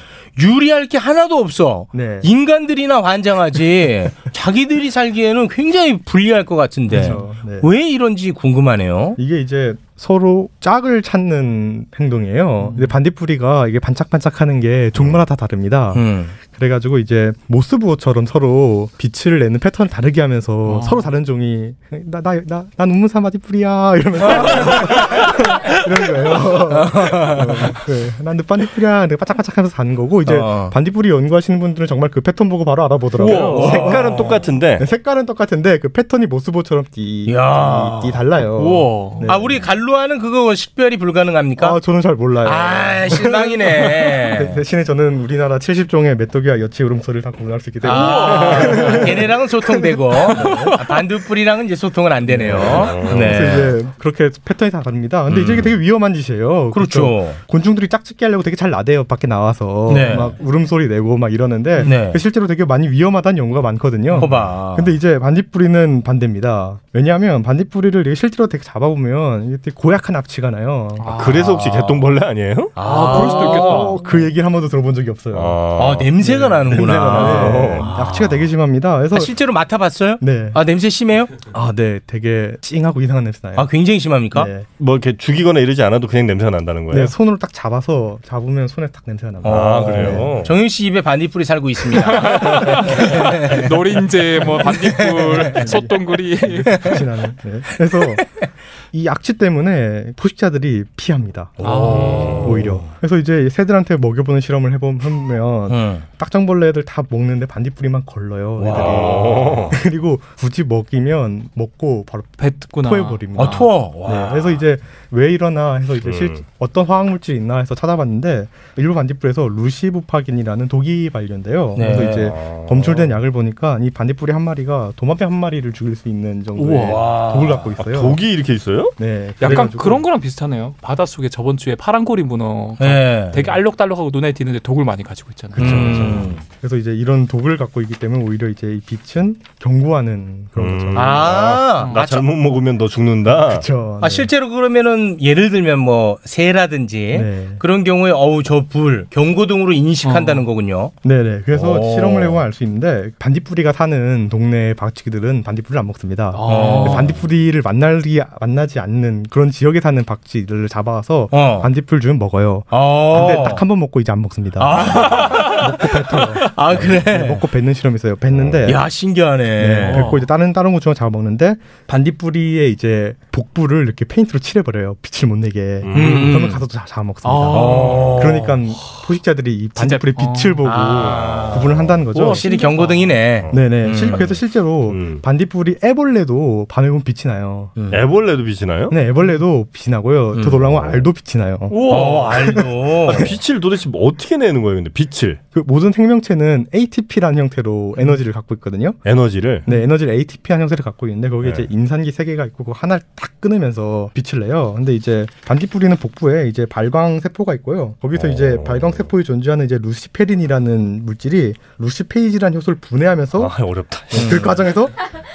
Speaker 9: 유리할 게 하나도 없어.
Speaker 18: 네.
Speaker 9: 인간들이나 환장하지. 자기들이 살기에는 굉장히 불리할 것 같은데.
Speaker 19: 그렇죠. 네.
Speaker 9: 왜 이런지 궁금하네요.
Speaker 19: 이게 이제 서로 짝을 찾는
Speaker 9: 음.
Speaker 19: 행동이에요. 근데 반딧불이가 이게 반짝반짝하는 게 종마다 다 다릅니다.
Speaker 9: 음.
Speaker 19: 그래가지고 이제 모스부호처럼 서로 빛을 내는 패턴을 다르게
Speaker 9: 아.
Speaker 19: 하면서 서로 다른 종이 나 나 나 난 운문사 반딧불이야 이러면서 이런 거예요. 어, 네. 난 반딧불이야. 내가 반짝반짝하면서 사는 거고 이제
Speaker 18: 어.
Speaker 19: 반딧불이 연구하시는 분들은 정말 그 패턴 보고 바로 알아보더라고요. 어.
Speaker 18: 우와. 색깔은 똑같은데
Speaker 19: 네, 색깔은 똑같은데 그 패턴이 모스부호처럼 띠,
Speaker 9: 이야.
Speaker 19: 띠, 띠 달라요.
Speaker 9: 우와.
Speaker 19: 네.
Speaker 9: 아, 우리 갈루아는 그거 식별이 불가능합니까?
Speaker 19: 아, 저는 잘 몰라요.
Speaker 9: 아, 실망이네.
Speaker 19: 대- 대신에 저는 우리나라 70종의 메뚜기와 여치 울음소리를 다 구분할 수 있기 때문에
Speaker 9: 아, 걔네랑은 소통되고 아, 반딧불이랑은 이제 소통은 안 되네요. 네.
Speaker 19: 아,
Speaker 9: 음.
Speaker 19: 그래서 이제 그렇게 패턴이 다 다릅니다. 근데 이제 이게 되게 위험한 짓이에요.
Speaker 9: 그렇죠.
Speaker 19: 그래서 곤충들이 짝짓기 하려고 되게 잘 나대요. 밖에 나와서
Speaker 9: 네.
Speaker 19: 막 울음소리 내고 막 이러는데 그
Speaker 9: 네.
Speaker 19: 실제로 되게 많이 위험하다는 연구가 많거든요.
Speaker 9: 봐봐.
Speaker 19: 근데 이제 반딧불이는 반대입니다. 왜냐하면 반딧불이를 이게 실제로 되게 잡아보면 이게 되게 고약한 악취가 나요.
Speaker 18: 그래서 혹시 개똥벌레 아니에요?
Speaker 19: 아, 그럴 수도 있겠다. 그 얘기를 한 번도 들어본 적이 없어요.
Speaker 9: 아, 냄새가 나는구나.
Speaker 19: 네. 악취가 되게 심합니다. 그래서
Speaker 9: 아, 실제로 맡아봤어요?
Speaker 19: 네.
Speaker 9: 아 냄새 심해요?
Speaker 19: 아, 네, 되게 찡하고 이상한 냄새 나요.
Speaker 9: 아, 굉장히 심합니까?
Speaker 18: 뭐 이렇게 죽이거나 이러지 않아도 그냥 냄새가 난다는 거예요.
Speaker 19: 네, 손으로 딱 잡아서 잡으면 손에 딱 냄새가 납니다.
Speaker 18: 아, 그래요?
Speaker 9: 어. 정윤 씨 입에 반딧불이 살고 있습니다.
Speaker 17: 노린재, 뭐 반딧불, 소똥구리.
Speaker 19: 네. 네. 그래서 이 악취 때문에 포식자들이 피합니다.
Speaker 17: 아.
Speaker 19: 오히려. 그래서 이제 새들한테 먹여보는 실험을 해보면
Speaker 17: 네.
Speaker 19: 딱정벌레 애들 다 먹는데 반딧불이만 걸러요.
Speaker 18: 와.
Speaker 19: 애들이. 그리고 굳이 먹이면 먹고 바로
Speaker 17: 뱉구나.
Speaker 19: 토해버립니다.
Speaker 17: 아, 토어.
Speaker 19: 네. 그래서 이제 왜 이러나 해서 이제 실
Speaker 17: 음.
Speaker 19: 어떤 화학물질이 있나 해서 찾아봤는데 일부 반딧불에서 루시부파긴이라는 독이 발견돼요.
Speaker 9: 네.
Speaker 19: 어, 그래서 이제
Speaker 17: 아.
Speaker 19: 검출된 약을 보니까 이 반딧불이 한 마리가 도마뱀 한 마리를 죽일 수 있는 정도의
Speaker 17: 우와.
Speaker 19: 독을 갖고 있어요.
Speaker 17: 아, 독이
Speaker 18: 이렇게 있어요?
Speaker 19: 네.
Speaker 17: 약간
Speaker 19: 그래가지고-
Speaker 17: 그런 거랑 비슷하네요. 바닷속에 저번 주에 파란고리 문어
Speaker 9: 네.
Speaker 17: 되게 알록달록하고 눈에 띄는데 독을 많이 가지고 있잖아요.
Speaker 19: 그렇죠.
Speaker 17: 음.
Speaker 19: 그래서 이제 이런 독을 갖고 있기 때문에 오히려 이제 이 빛은 경고하는 그런
Speaker 17: 음.
Speaker 19: 거죠.
Speaker 9: 아,
Speaker 18: 나 잘못 먹으면 너 죽는다.
Speaker 19: 그렇죠.
Speaker 9: 아 실제로 그러면은 예를 들면 뭐 새라든지
Speaker 19: 네.
Speaker 9: 그런 경우에 어우 저 불 경고등으로
Speaker 19: 어.
Speaker 9: 인식한다는 거군요.
Speaker 19: 네네. 그래서
Speaker 9: 오.
Speaker 19: 실험을 해보면 알 수 있는데 반딧불이가 사는 동네 박쥐들은 반딧불을 안 먹습니다.
Speaker 9: 아.
Speaker 19: 반딧불이를 만나기 만나 자라지 않는 그런 지역에 사는 박쥐를 잡아와서
Speaker 9: 어.
Speaker 19: 반딧불 주면 먹어요.
Speaker 9: 어.
Speaker 19: 근데 딱 한 번 먹고 이제 안 먹습니다. 네,
Speaker 9: 아 그래.
Speaker 19: 먹고 뱉는 실험 있어요. 뱉는데
Speaker 9: 야 신기하네.
Speaker 19: 네, 뱉고 이제 다른 다른 곤충을 잡아 먹는데 반딧불이의 이제 복부를 이렇게 페인트로 칠해버려요. 빛을 못 내게.
Speaker 9: 음.
Speaker 19: 그러면 가서 또 잡아 먹습니다.
Speaker 9: 아.
Speaker 19: 그러니까 포식자들이 이 반딧불의 빛을 보고
Speaker 9: 아.
Speaker 19: 구분을 한다는 거죠.
Speaker 9: 어.
Speaker 19: 어.
Speaker 9: 오, 확실히 경고등이네.
Speaker 19: 네네.
Speaker 9: 음.
Speaker 19: 실- 그래서 실제로 반딧불이 애벌레도 밤에 보면 빛이 나요.
Speaker 9: 음.
Speaker 18: 애벌레도 빛이 나요?
Speaker 19: 네, 애벌레도 빛이 나고요. 더 놀라운 건 알도 빛이 나요.
Speaker 18: 우와.
Speaker 9: 어, 알도.
Speaker 18: 빛을 도대체 뭐 어떻게 내는 거예요, 근데 빛을?
Speaker 19: 그 모든 생명체는 ATP라는 형태로 에너지를 갖고 있거든요.
Speaker 18: 에너지를?
Speaker 19: 네, 에너지를 ATP한 형태를 갖고 있는데 거기에
Speaker 18: 네.
Speaker 19: 이제 인산기 세 개가 있고 그 하나를 딱 끊으면서 빛을 내요. 근데 이제 반딧불이는 복부에 이제 발광 세포가 있고요. 거기서 이제
Speaker 18: 어.
Speaker 19: 발광 세포에 존재하는 이제 루시페린이라는 물질이 루시페이지라는 효소를 분해하면서
Speaker 18: 아, 어렵다.
Speaker 19: 그 과정에서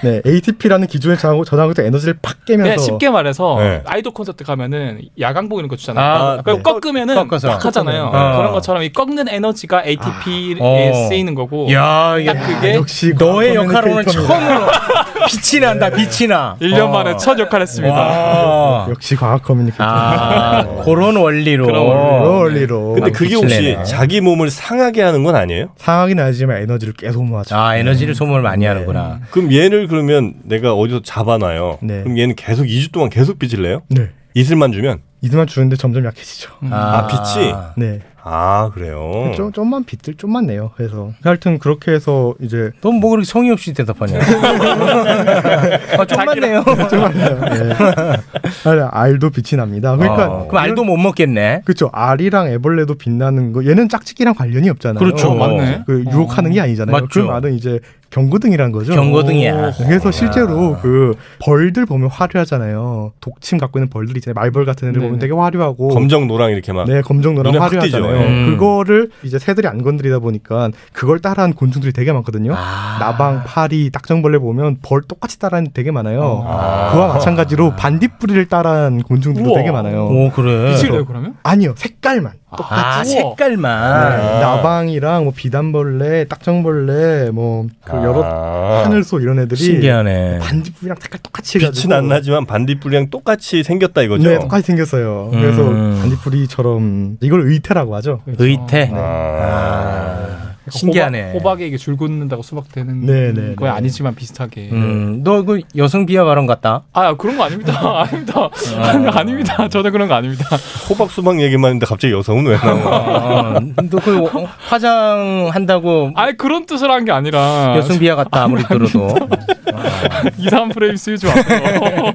Speaker 19: 네, ATP라는 기준에 저장하고 저장하고 또 에너지를 팍 깨면서
Speaker 17: 그냥 쉽게 말해서
Speaker 19: 네.
Speaker 17: 아이돌 콘서트 가면은 야광봉 이런 거 주잖아요.
Speaker 19: 아,
Speaker 17: 그러니까 그리고
Speaker 19: 네.
Speaker 17: 꺾으면은
Speaker 19: 꺾어서.
Speaker 17: 팍 하잖아요.
Speaker 9: 꺾으면.
Speaker 17: 그런 것처럼 이 꺾는 에너지가 ATP에
Speaker 9: 어.
Speaker 17: 쓰이는 거고.
Speaker 9: 야, 아, 그러니까 이게
Speaker 17: 딱 그게
Speaker 9: 역시 너의 역할 오늘 처음으로 빛이 난다.
Speaker 19: 네.
Speaker 9: 빛이 나. 어.
Speaker 17: 1년 만에 첫 역할했습니다.
Speaker 9: 와.
Speaker 19: 역시 과학 커뮤니케이션.
Speaker 9: 아, 그런 원리로. 네.
Speaker 18: 그런 원리로.
Speaker 19: 그런 원리로.
Speaker 18: 근데 그게 혹시 자기
Speaker 19: 몸을 상하게 하는 건 아니에요? 상하긴 하지만 에너지를 계속 네. 모아줘.
Speaker 9: 아, 에너지를 소모를 많이 하는구나.
Speaker 18: 네. 그럼 얘를 그러면 내가 어디서 잡아놔요.
Speaker 19: 네.
Speaker 18: 그럼 얘는 계속 2주 동안 계속 빛을 내요?
Speaker 19: 네.
Speaker 18: 이슬만 주면?
Speaker 19: 이들만 주는데 점점 약해지죠.
Speaker 18: 아, 빛이?
Speaker 19: 네.
Speaker 18: 아, 그래요?
Speaker 19: 좀, 좀만 빛들 좀만 내요. 그래서 하여튼 그렇게 해서 이제
Speaker 9: 넌 뭐 그렇게 성의 없이 대답하냐? 아, 좀만 내요.
Speaker 19: 네. 알- 알도 빛이 납니다. 그러니까
Speaker 9: 어, 그럼 알도 못 먹겠네.
Speaker 19: 그렇죠. 알이랑 애벌레도 빛나는 거 얘는 짝짓기랑 관련이 없잖아요.
Speaker 9: 그렇죠. 어, 맞네. 어.
Speaker 19: 그 유혹하는 게 아니잖아요.
Speaker 9: 맞죠.
Speaker 19: 그 말은 이제 경고등이란 거죠.
Speaker 9: 경고등이야.
Speaker 19: 오. 그래서 실제로 그 벌들 보면 화려하잖아요. 독침 갖고 있는 벌들 있잖아요. 말벌 같은 애들 보면
Speaker 18: 네네.
Speaker 19: 되게 화려하고
Speaker 18: 검정 노랑 이렇게 막.
Speaker 19: 네, 검정 노랑
Speaker 18: 아, 눈에 확 띄죠.
Speaker 19: 화려하잖아요. 네.
Speaker 18: 예.
Speaker 19: 그거를 이제 새들이 안 건드리다 보니까 그걸 따라한 곤충들이 되게 많거든요.
Speaker 18: 아.
Speaker 19: 나방, 파리, 딱정벌레 보면 벌 똑같이 따라하는 되게
Speaker 18: 어.
Speaker 19: 많아요. 그와 마찬가지로 반딧불이를 따라한 곤충들도 되게 많아요.
Speaker 18: 어,
Speaker 9: 오, 그래. 빛을 내요,
Speaker 17: 그러면?
Speaker 19: 아니요, 색깔만. 똑같이.
Speaker 9: 아, 색깔만.
Speaker 19: 네, 나방이랑 뭐 비단벌레, 딱정벌레, 뭐그 여러 하늘소 이런 애들이
Speaker 18: 아. 신기하네.
Speaker 19: 반딧불이랑 색깔 똑같이 해가지고
Speaker 18: 빛은 안 나지만 반딧불이랑 똑같이 생겼다 이거죠?
Speaker 19: 네, 똑같이 생겼어요. 그래서
Speaker 18: 음.
Speaker 19: 반딧불이처럼 이걸 의태라고 하죠. 네. 아.
Speaker 9: 의태.
Speaker 18: 아.
Speaker 17: 호박, 호박에 이게 줄 긋는다고 수박 되는
Speaker 9: 네네.
Speaker 17: 거야 아니지만 비슷하게.
Speaker 9: 음, 너 그 여성 비하 발언 같다. 어.
Speaker 17: 아 그런 거 아닙니다. 아닙니다. 아닙니다. 저도 그런 거 아닙니다.
Speaker 18: 호박 수박 얘기만 했는데 갑자기 여성은 왜 나와?
Speaker 9: 너그 어, 화장한다고.
Speaker 17: 아 그런 뜻을 한 게 아니라.
Speaker 9: 여성 비하 같다 아무리 들어도.
Speaker 17: 이상한 프레임 쓰지 마세요.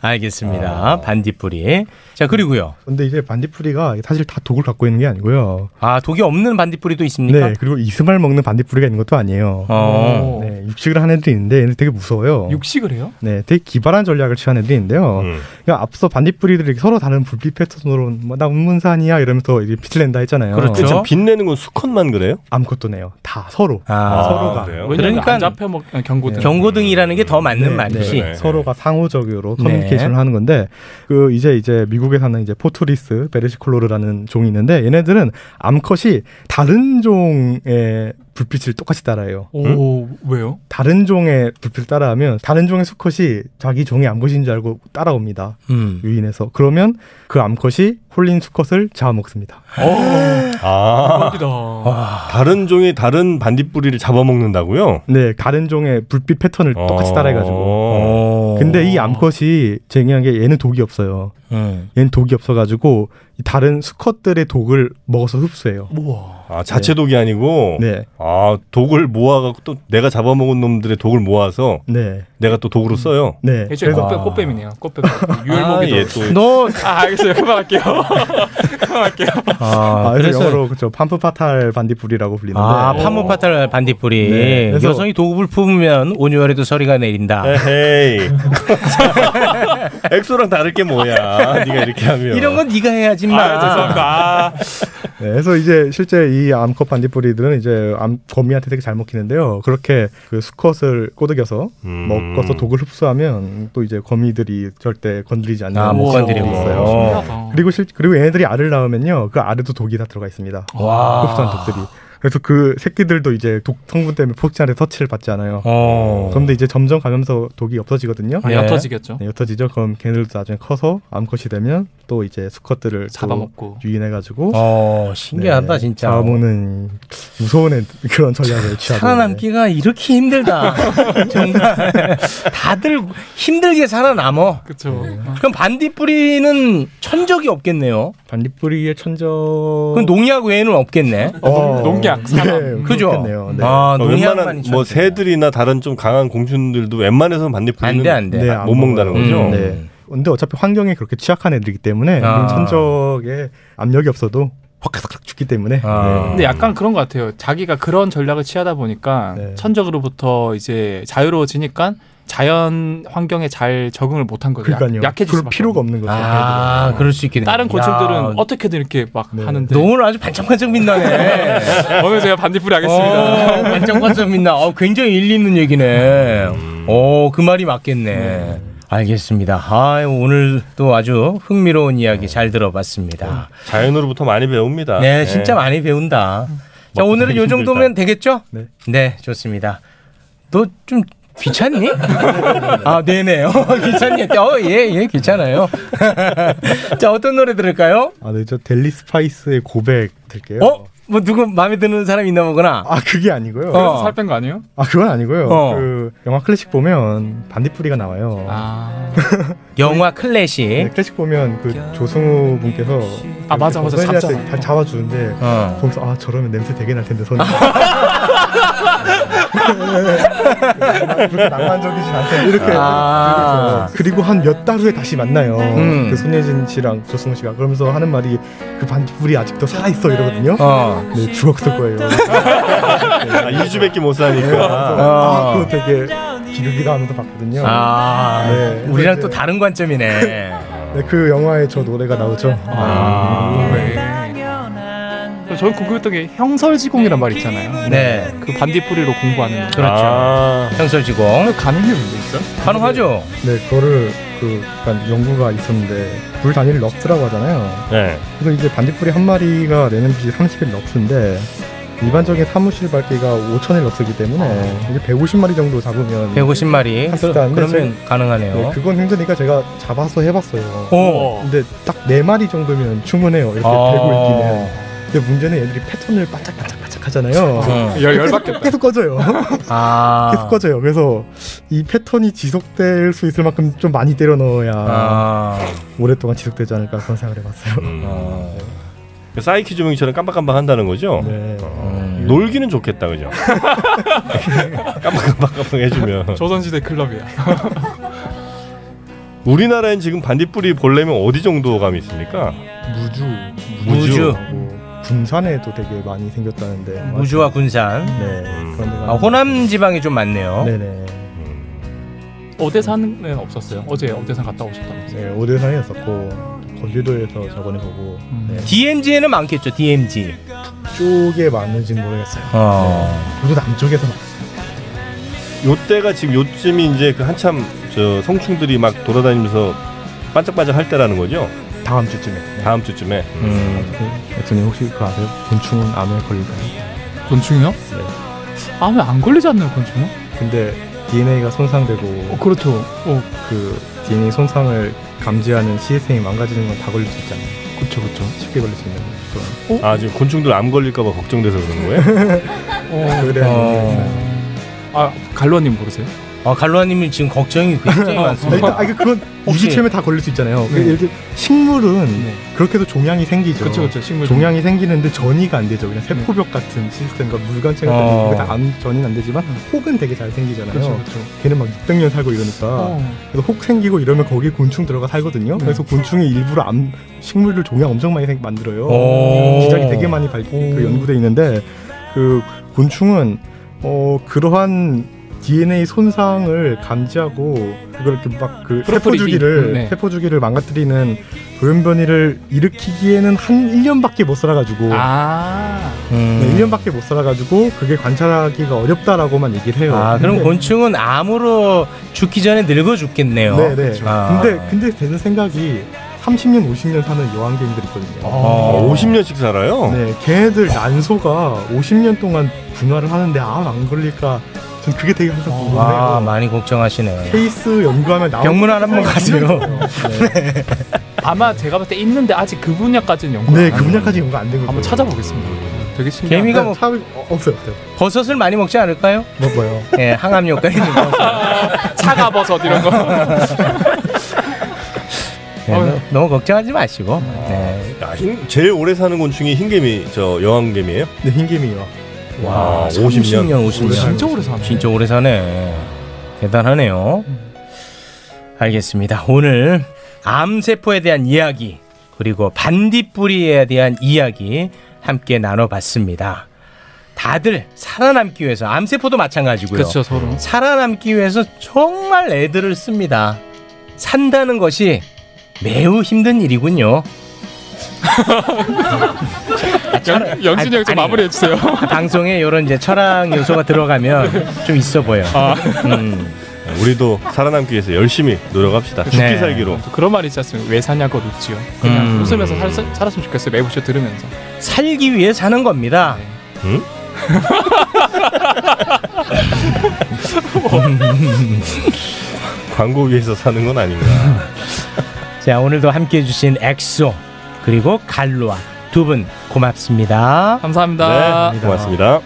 Speaker 9: 알겠습니다.
Speaker 19: 아.
Speaker 9: 반딧불이. 자 그리고요.
Speaker 19: 근데 이제 반딧불이가 사실 다 독을 갖고 있는 게 아니고요.
Speaker 9: 아 독이 없는 반딧불이도 있습니까?
Speaker 19: 네, 그리고 이스말 먹는 반딧불이가 있는 것도 아니에요.
Speaker 9: 어.
Speaker 19: 네, 육식을 하는 애들이 있는데 얘는 되게 무서워요.
Speaker 17: 육식을 해요?
Speaker 19: 네, 되게 기발한 전략을 취한 애들이 있는데요.
Speaker 18: 음.
Speaker 19: 그러니까 앞서 반딧불이들이 서로 다른 불빛 패턴으로 뭐, 나 운문산이야 이러면서 이게 빛을 낸다 했잖아요.
Speaker 18: 그렇죠. 참 빛내는 건 수컷만 그래요?
Speaker 19: 아무것도 내요. 다 서로.
Speaker 9: 아,
Speaker 19: 서로가.
Speaker 17: 그러니까 안 잡혀 먹 경고등.
Speaker 9: 경고등이라는 게 더
Speaker 18: 네,
Speaker 9: 맞는 말이지.
Speaker 19: 서로가 상호적으로
Speaker 9: 네.
Speaker 19: 커뮤니케이션을 하는 건데 그 이제 이제 미국에 사는 이제 포토리스 베르시콜로르라는 종이 있는데 얘네들은 암컷이 다른 종의 불빛을 똑같이 따라해요.
Speaker 17: 오 왜요?
Speaker 19: 다른 종의 불빛을 따라하면 다른 종의 수컷이 자기 종이 암컷인 줄 알고 따라옵니다.
Speaker 9: 음.
Speaker 19: 유인해서 그러면 그 암컷이 홀린 수컷을 잡아먹습니다.
Speaker 9: 어?
Speaker 19: 음.
Speaker 6: 음.
Speaker 18: 아, 다른 종이 다른 반딧불이를 잡아먹는다고요? 어.
Speaker 19: 네, 다른 종의 불빛 패턴을 똑같이 따라해가지고. 근데 이 암컷이 쟁이한 게 얘는 독이 없어요.
Speaker 9: 음.
Speaker 19: 얘는 독이 없어가지고 이 다른 수컷들의 독을 먹어서 흡수해요.
Speaker 18: 아, 자체 독이 아니고
Speaker 19: 네.
Speaker 18: 아, 독을 모아갖고 또 내가 잡아먹은 놈들의 독을 모아서
Speaker 19: 네.
Speaker 18: 내가 또 독으로 써요.
Speaker 19: 네.
Speaker 17: 예전에 꽃뱀, 꽃뱀이네요. 꽃뱀. 유혈목이
Speaker 18: 아, 예,
Speaker 17: 더.
Speaker 18: 또-
Speaker 9: 너.
Speaker 17: 아 알겠어요. 그만할게요. 그만할게요.
Speaker 9: 아,
Speaker 19: 아, 그래서
Speaker 9: 그래서-
Speaker 19: 영어로 그쵸 파프파탈 반딧불이라고 불리는데
Speaker 9: 아 파무파탈 반딧불이.
Speaker 19: 네, 그래서-
Speaker 9: 여성이 독을 품으면 온유월에도 서리가 내린다.
Speaker 18: 에헤이. 엑소랑 다를 게
Speaker 19: 아.
Speaker 18: 뭐야? 네가 이렇게 하면
Speaker 9: 이런 건 네가 해야지 마.
Speaker 18: 아, 죄송합니다.
Speaker 19: 네, 그래서 이제 실제 이 암컷 반딧불이들은 이제 암 거미한테 되게 잘 먹히는데요. 그렇게 그 수컷을 꼬드겨서
Speaker 9: 음.
Speaker 19: 먹어서 독을 흡수하면 또 이제 거미들이 절대 건드리지 않는
Speaker 9: 아, 못
Speaker 19: 수컷이
Speaker 9: 건드리고.
Speaker 19: 있어요.
Speaker 9: 신기하다.
Speaker 19: 그리고 실 그리고 얘네들이 알을 낳으면요, 그 알에도 독이 다 들어가 있습니다.
Speaker 9: 와.
Speaker 19: 흡수한 독들이. 그래서 그 새끼들도 이제 독 성분 때문에 폭신한테 터치를 받지 않아요.
Speaker 9: 어.
Speaker 19: 그런데 이제 점점 가면서 독이 옅어지거든요.
Speaker 17: 아, 옅어지겠죠.
Speaker 19: 네, 옅어지죠. 그럼 걔네들도 나중에 커서 암컷이 되면 또 이제 수컷들을 잡아먹고 유인해가지고 네,
Speaker 9: 어, 신기하다, 진짜.
Speaker 19: 잡아먹는 무서운 애, 그런 전략을 취하고
Speaker 9: 살아남기가 이렇게 힘들다. 정말 다들 힘들게 살아남어.
Speaker 17: 그렇죠.
Speaker 9: 그럼 반딧불이는 천적이 없겠네요.
Speaker 19: 반딧불이의 천적.
Speaker 9: 그럼 농약 외에는 없겠네.
Speaker 19: 어, 농약, 사람.
Speaker 18: 네,
Speaker 9: 그죠.
Speaker 18: 그렇겠네요. 네.
Speaker 9: 아,
Speaker 18: 어,
Speaker 9: 농약만
Speaker 18: 웬만한 뭐 새들이나 다른 좀 강한 공충들도 웬만해서는 반딧불이는
Speaker 19: 네,
Speaker 18: 못 먹는다는
Speaker 19: 먹어요.
Speaker 18: 거죠.
Speaker 19: 음, 네. 근데 어차피 환경에 그렇게 취약한 애들이기 때문에
Speaker 18: 아.
Speaker 19: 천적에 압력이 없어도 확확 죽기 때문에
Speaker 9: 아.
Speaker 19: 네.
Speaker 17: 근데 약간 그런 것 같아요. 자기가 그런 전략을 취하다 보니까
Speaker 19: 네.
Speaker 17: 천적으로부터 이제 자유로워지니까 자연 환경에 잘 적응을 못한 거죠. 약-
Speaker 19: 그러니까요.
Speaker 17: 약해질
Speaker 19: 그럴
Speaker 17: 수밖에
Speaker 19: 필요가 없는 거죠. 네.
Speaker 9: 아, 그럴 수 있겠네.
Speaker 17: 다른 고충들은
Speaker 9: 야.
Speaker 17: 어떻게든 이렇게 막 하는데.
Speaker 9: 너 오늘 아주 반짝반짝 빛나네.
Speaker 17: 오늘 제가 반딧불이 하겠습니다.
Speaker 9: 어, 반짝반짝 빛나. 어, 굉장히 일리 있는 얘기네.
Speaker 18: 음.
Speaker 9: 어, 그 말이 맞겠네. 알겠습니다. 아, 오늘도 아주 흥미로운 이야기 잘 들어봤습니다.
Speaker 18: 자연으로부터 많이 배웁니다.
Speaker 9: 네, 진짜 많이 배운다. 자,
Speaker 17: 뭐,
Speaker 18: 먹고
Speaker 9: 오늘은
Speaker 18: 살기
Speaker 9: 요 정도면
Speaker 18: 힘들다.
Speaker 9: 되겠죠?
Speaker 18: 네.
Speaker 9: 네, 좋습니다. 너 좀 귀찮니? 아, 네네요. 귀찮니? 어, 예, 예, 귀찮아요. 자, 어떤 노래 들을까요?
Speaker 19: 아, 네, 저 델리 스파이스의 고백 들게요.
Speaker 9: 어? 뭐 누구 마음에 드는 사람 있나 보구나.
Speaker 19: 아, 그게 아니고요.
Speaker 17: 그래서 살 뺀 거 아니에요?
Speaker 19: 아, 그건 아니고요.
Speaker 9: 어.
Speaker 19: 그 영화 클래식 보면 반딧불이가 나와요.
Speaker 9: 아. 영화 클래식.
Speaker 19: 클래식 보면 그 조승우 분께서
Speaker 17: 아, 맞아, 맞아.
Speaker 19: 손이한테
Speaker 17: 잡잖아.
Speaker 19: 다 잡아주는데
Speaker 9: 어.
Speaker 19: 거기서 아 저러면 냄새 되게 날 텐데 손이 네. 그렇게 낭만적이진 않대 이렇게
Speaker 9: 아.
Speaker 19: 그래서 그리고 한 몇 달 후에 다시 만나요.
Speaker 9: 음.
Speaker 19: 그 손예진 씨랑 조승우 씨가 그러면서 하는 말이 그 반딧불이 아직도 살아 있어 이러거든요. 네 죽었을 거예요. 네,
Speaker 18: 아, 2주밖에 못 사니까.
Speaker 19: 아, 그거 되게 비극이다 하면서 봤거든요.
Speaker 9: 아,
Speaker 19: 네.
Speaker 9: 우리랑 또 다른 관점이네.
Speaker 19: 네, 그 영화에 저 노래가 나오죠.
Speaker 9: 아,
Speaker 17: 저는 궁금했던 게 형설지공이란 말 있잖아요.
Speaker 9: 네.
Speaker 17: 그 반딧불이로 공부하는. 거.
Speaker 9: 그렇죠.
Speaker 19: 아.
Speaker 9: 형설지공.
Speaker 17: 가능해요, 근데 진짜?
Speaker 9: 가능하죠.
Speaker 19: 네, 그거를 그 약간 연구가 있었는데 불 단위를 럭스라고 하잖아요.
Speaker 18: 네.
Speaker 19: 그래서 이제 반딧불이 한 마리가 내는 빛이 30일 럭스인데 일반적인 사무실 밝기가 5천일 럭스이기 때문에 이게 150마리 정도 잡으면
Speaker 9: 아. 150마리.
Speaker 19: 한
Speaker 9: 그,
Speaker 19: 숫자인데
Speaker 9: 러면
Speaker 19: 지금-
Speaker 9: 가능하네요.
Speaker 19: 네, 그건 힘드니까 제가 잡아서 해봤어요.
Speaker 9: 오.
Speaker 19: 근데 딱 네 마리 정도면 충분해요. 이렇게
Speaker 9: 아.
Speaker 19: 대고 있기는. 근데 문제는 애들이 패턴을 반짝반짝반짝
Speaker 11: 네.
Speaker 19: 하잖아요.
Speaker 9: 응.
Speaker 19: 열-
Speaker 17: 열받겠다.
Speaker 19: 어. 계속 꺼져요.
Speaker 9: 아.
Speaker 19: 계속 꺼져요. 그래서 이 패턴이 지속될 수 있을 만큼 좀 많이 때려 넣어야
Speaker 9: 아. 음.
Speaker 19: 오랫동안 지속되지 않을까 그런 생각을 해봤어요.
Speaker 18: 그 사이키 조명이처럼 깜박깜박 한다는 거죠?
Speaker 9: 네.
Speaker 18: 어,
Speaker 17: 음.
Speaker 18: 놀기는 좋겠다, 그죠?
Speaker 10: 아,
Speaker 18: 깜박깜박 해주면.
Speaker 17: 조선시대 클럽이야.
Speaker 18: 우리나라엔 지금 반딧불이 보려면 어디 정도 감이 있습니까?
Speaker 19: 무주,
Speaker 18: 무주.
Speaker 19: 뭐 군산에도 되게 많이 생겼다는데
Speaker 9: 음. 무주와 군산. 아, 호남 지방이 좀 많네요.
Speaker 19: 네. 네네.
Speaker 17: 오대산은 없었어요. 어제 오대산 갔다 오셨다면서요.
Speaker 19: 네, 오대산이었었고 건주도에서 저번에 보고
Speaker 17: 음.
Speaker 19: 네,
Speaker 9: DMG에는 많겠죠. DMG.
Speaker 19: 쪽에 많은지 는 모르겠어요.
Speaker 17: 아.
Speaker 9: 어.
Speaker 19: 네. 저도 남쪽에서 많-
Speaker 18: 네. 요때가 지금 요쯤이 이제 그 한참 저 성충들이 막 돌아다니면서 반짝반짝 할 때라는 거죠?
Speaker 19: 다음 주쯤에.
Speaker 18: 다음 주쯤에.
Speaker 19: 대통령 네. 혹시 그거 아세요? 곤충은 암에 걸릴까요? 네.
Speaker 17: 곤충이요? 암에 안 걸리지 않나요, 곤충은?
Speaker 19: 근데 DNA가 손상되고
Speaker 17: 그렇죠.
Speaker 19: 그 DNA 손상을 감지하는 시스템이 망가지는 건 다 걸릴 수 있잖아요.
Speaker 17: 그렇죠, 그렇죠.
Speaker 19: 쉽게 걸릴 수 있는 그런.
Speaker 18: 아 지금 곤충들 암 걸릴까봐 걱정돼서 그런 거예요?
Speaker 19: 어,
Speaker 18: 어.
Speaker 19: 그래요.
Speaker 17: 아 갈로아님 모르세요?
Speaker 9: 아 갈로아님은 지금 걱정이 굉장히
Speaker 19: 일단,
Speaker 9: 많습니다.
Speaker 19: 아, 이게 그건
Speaker 9: 혹시- 네.
Speaker 19: 유기체면 다 걸릴 수 있잖아요. 그 이렇게 식물은 그렇게도 종양이 생기죠.
Speaker 17: 그쵸, 그쵸. 식물
Speaker 19: 종양이 생기는데 전이가 안 되죠. 그냥 세포벽 같은 시스템과 물관체 같은
Speaker 9: 네. 어. 네.
Speaker 19: 이거 다암 전이는 안 되지만 혹은 되게 잘 생기잖아요.
Speaker 9: 그쵸, 그쵸.
Speaker 19: 걔는 막 600년 살고 이러니까
Speaker 9: 어. 네.
Speaker 19: 그래서 혹 생기고 이러면 거기에 곤충 들어가 살거든요. 그래서 곤충이 일부러 암 식물들 종양 엄청 많이 생- 만들어요.
Speaker 9: 오.
Speaker 19: 기작이 되게 많이 발, 그 연구돼 있는데 그 곤충은 어 그러한 DNA 손상을 감지하고 그걸 이렇게 막그 세포
Speaker 18: 프로폴리지.
Speaker 19: 주기를
Speaker 18: 음, 네.
Speaker 19: 세포 주기를 망가뜨리는 돌연변이를 일으키기에는 한 1년밖에 못 살아가지고
Speaker 17: 아.
Speaker 19: 네, 1년밖에 못 살아가지고 그게 관찰하기가 어렵다라고만 얘기를 해요. 네.
Speaker 9: 아, 그럼
Speaker 19: 근데-
Speaker 9: 곤충은 암으로 죽기 전에 늙어 죽겠네요.
Speaker 19: 네네.
Speaker 9: 아.
Speaker 19: 근데 근데 드는 생각이 30년, 50년 사는 여왕개미들 있거든요.
Speaker 10: 아, 50년씩 살아요?
Speaker 19: 네, 걔네들 난소가 50년 동안 분화를 하는데 암 안 걸릴까? 전 그게 되게 항상 궁금해요.
Speaker 9: 아, 많이 걱정하시네.
Speaker 19: 케이스 연구하면 나오
Speaker 9: 병문 안 한번 가세요.
Speaker 10: 네.
Speaker 17: 아마 제가 봤을 때 있는데 아직 그 분야까지는 연구.
Speaker 19: 네, 그 분야까지 연구 안 된 거.
Speaker 17: 한번 찾아보겠습니다. 되게 신기한.
Speaker 9: 개미가 뭐
Speaker 19: 사... 어, 없어요, 뭐, 없어요.
Speaker 9: 버섯을 많이 먹지 않을까요?
Speaker 19: 먹어요.
Speaker 9: 예, 항암 효과 있는 거.
Speaker 17: 차가 버섯 이런 거.
Speaker 9: 네, 너- 너무 걱정하지
Speaker 18: 아,
Speaker 9: 마시고. 네.
Speaker 10: 야, 흰- 제일 오래 사는 곤충이 흰개미, 저 여왕개미예요?
Speaker 19: 네, 흰개미요.
Speaker 10: 와,
Speaker 9: 아, 30년,
Speaker 10: 50년.
Speaker 9: 50년.
Speaker 17: 오래 사네.
Speaker 9: 진짜 오래 사네. 대단하네요. 알겠습니다. 오늘 암세포에 대한 이야기 그리고 반딧불이에 대한 이야기 함께 나눠봤습니다. 다들 살아남기 위해서 암세포도 마찬가지고요.
Speaker 17: 그쵸, 서로.
Speaker 9: 살아남기 위해서 정말 애들을 씁니다. 산다는 것이 매우 힘든 일이군요.
Speaker 17: 영- 영진이 형좀 마무리해 주세요.
Speaker 9: 아, 방송에 이런 이제 철학 요소가 들어가면 좀 있어 보여.
Speaker 17: 아.
Speaker 9: 음.
Speaker 10: 우리도 살아남기 위해서 열심히 노력합시다. 죽기
Speaker 17: 네.
Speaker 10: 살기로.
Speaker 17: 그런 말 있지 않습니까? 왜 사냐고 묻지요. 그냥
Speaker 10: 음.
Speaker 17: 웃으면서 살, 살았으면 좋겠어요. 매부 쇼 들으면서.
Speaker 9: 살기 위해 사는 겁니다.
Speaker 10: 응?
Speaker 6: 음.
Speaker 10: 광고 위해서 사는 건 아닌가.
Speaker 9: 자 오늘도 함께해 주신 엑소 그리고 갈로아 두 분 고맙습니다.
Speaker 17: 감사합니다.
Speaker 10: 네, 고맙습니다.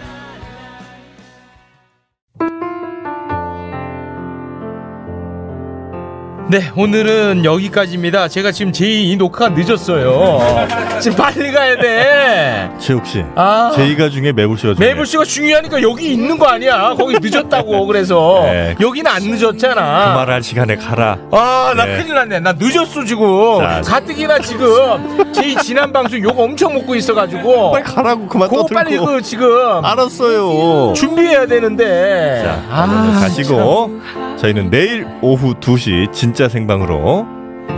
Speaker 9: 네 오늘은 여기까지입니다. 제가 지금 제 이 녹화가 늦었어요. 지금 빨리 가야 돼.
Speaker 10: 최욱 씨,
Speaker 9: 아.
Speaker 10: 제이가 중에 매불 씨가 중에.
Speaker 9: 메이블 씨가 중요하니까 여기 있는 거 아니야. 거기 늦었다고 그래서
Speaker 10: 네.
Speaker 9: 여기는 안 늦었잖아.
Speaker 10: 말할 시간에 가라.
Speaker 9: 아, 나
Speaker 10: 네.
Speaker 9: 큰일 났네. 나 늦었어, 지금.
Speaker 10: 자,
Speaker 9: 가뜩이나 지금. 제 지난 방송 욕 엄청 먹고 있어가지고. 빨리
Speaker 10: 가라고, 그만
Speaker 9: 그거
Speaker 10: 떠들고.
Speaker 9: 빨리 그 지금.
Speaker 10: 알았어요.
Speaker 9: 준비해야 되는데.
Speaker 10: 자, 오늘도 가시고 저희는 내일 오후 2시 진짜 생방으로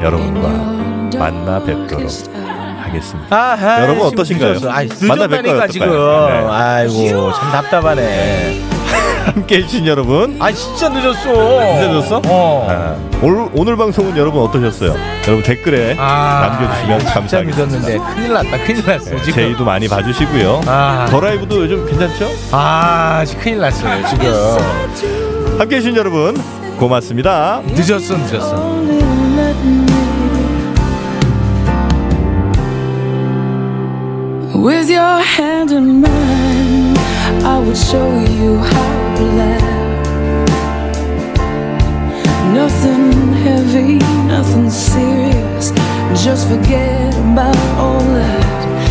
Speaker 10: 여러분과 만나 뵙도록 하겠습니다.
Speaker 9: 아하,
Speaker 10: 여러분
Speaker 9: 지금
Speaker 10: 어떠신가요?
Speaker 9: 늦었어. 아이,
Speaker 10: 만나 뵐까요?
Speaker 9: 늦었다니까,
Speaker 10: 어떨까요?
Speaker 9: 지금.
Speaker 10: 네.
Speaker 9: 아이고, 참 답답하네.
Speaker 10: 함께 해주신 여러분.
Speaker 9: 아, 진짜 늦었어.
Speaker 10: 진짜 늦었어?
Speaker 9: 어.
Speaker 10: 아, 오늘, 오늘 방송은 여러분 어떠셨어요? 여러분 댓글에 남겨주시면 감사하겠습니다.
Speaker 9: 아,
Speaker 10: 네,
Speaker 9: 늦었는데. 큰일 났다, 큰일 났어. 지금.
Speaker 10: 제이도 많이 봐주시고요.
Speaker 9: 아.
Speaker 10: 더 라이브도 요즘 괜찮죠?
Speaker 9: 아, 지금 큰일 났어요,
Speaker 10: 지금. 함께 해주신 여러분, 고맙습니다.
Speaker 9: 늦었어, 늦었어.
Speaker 20: With your hand in mine, I would show you how to laugh. Nothing heavy, nothing serious. Just forget about all that.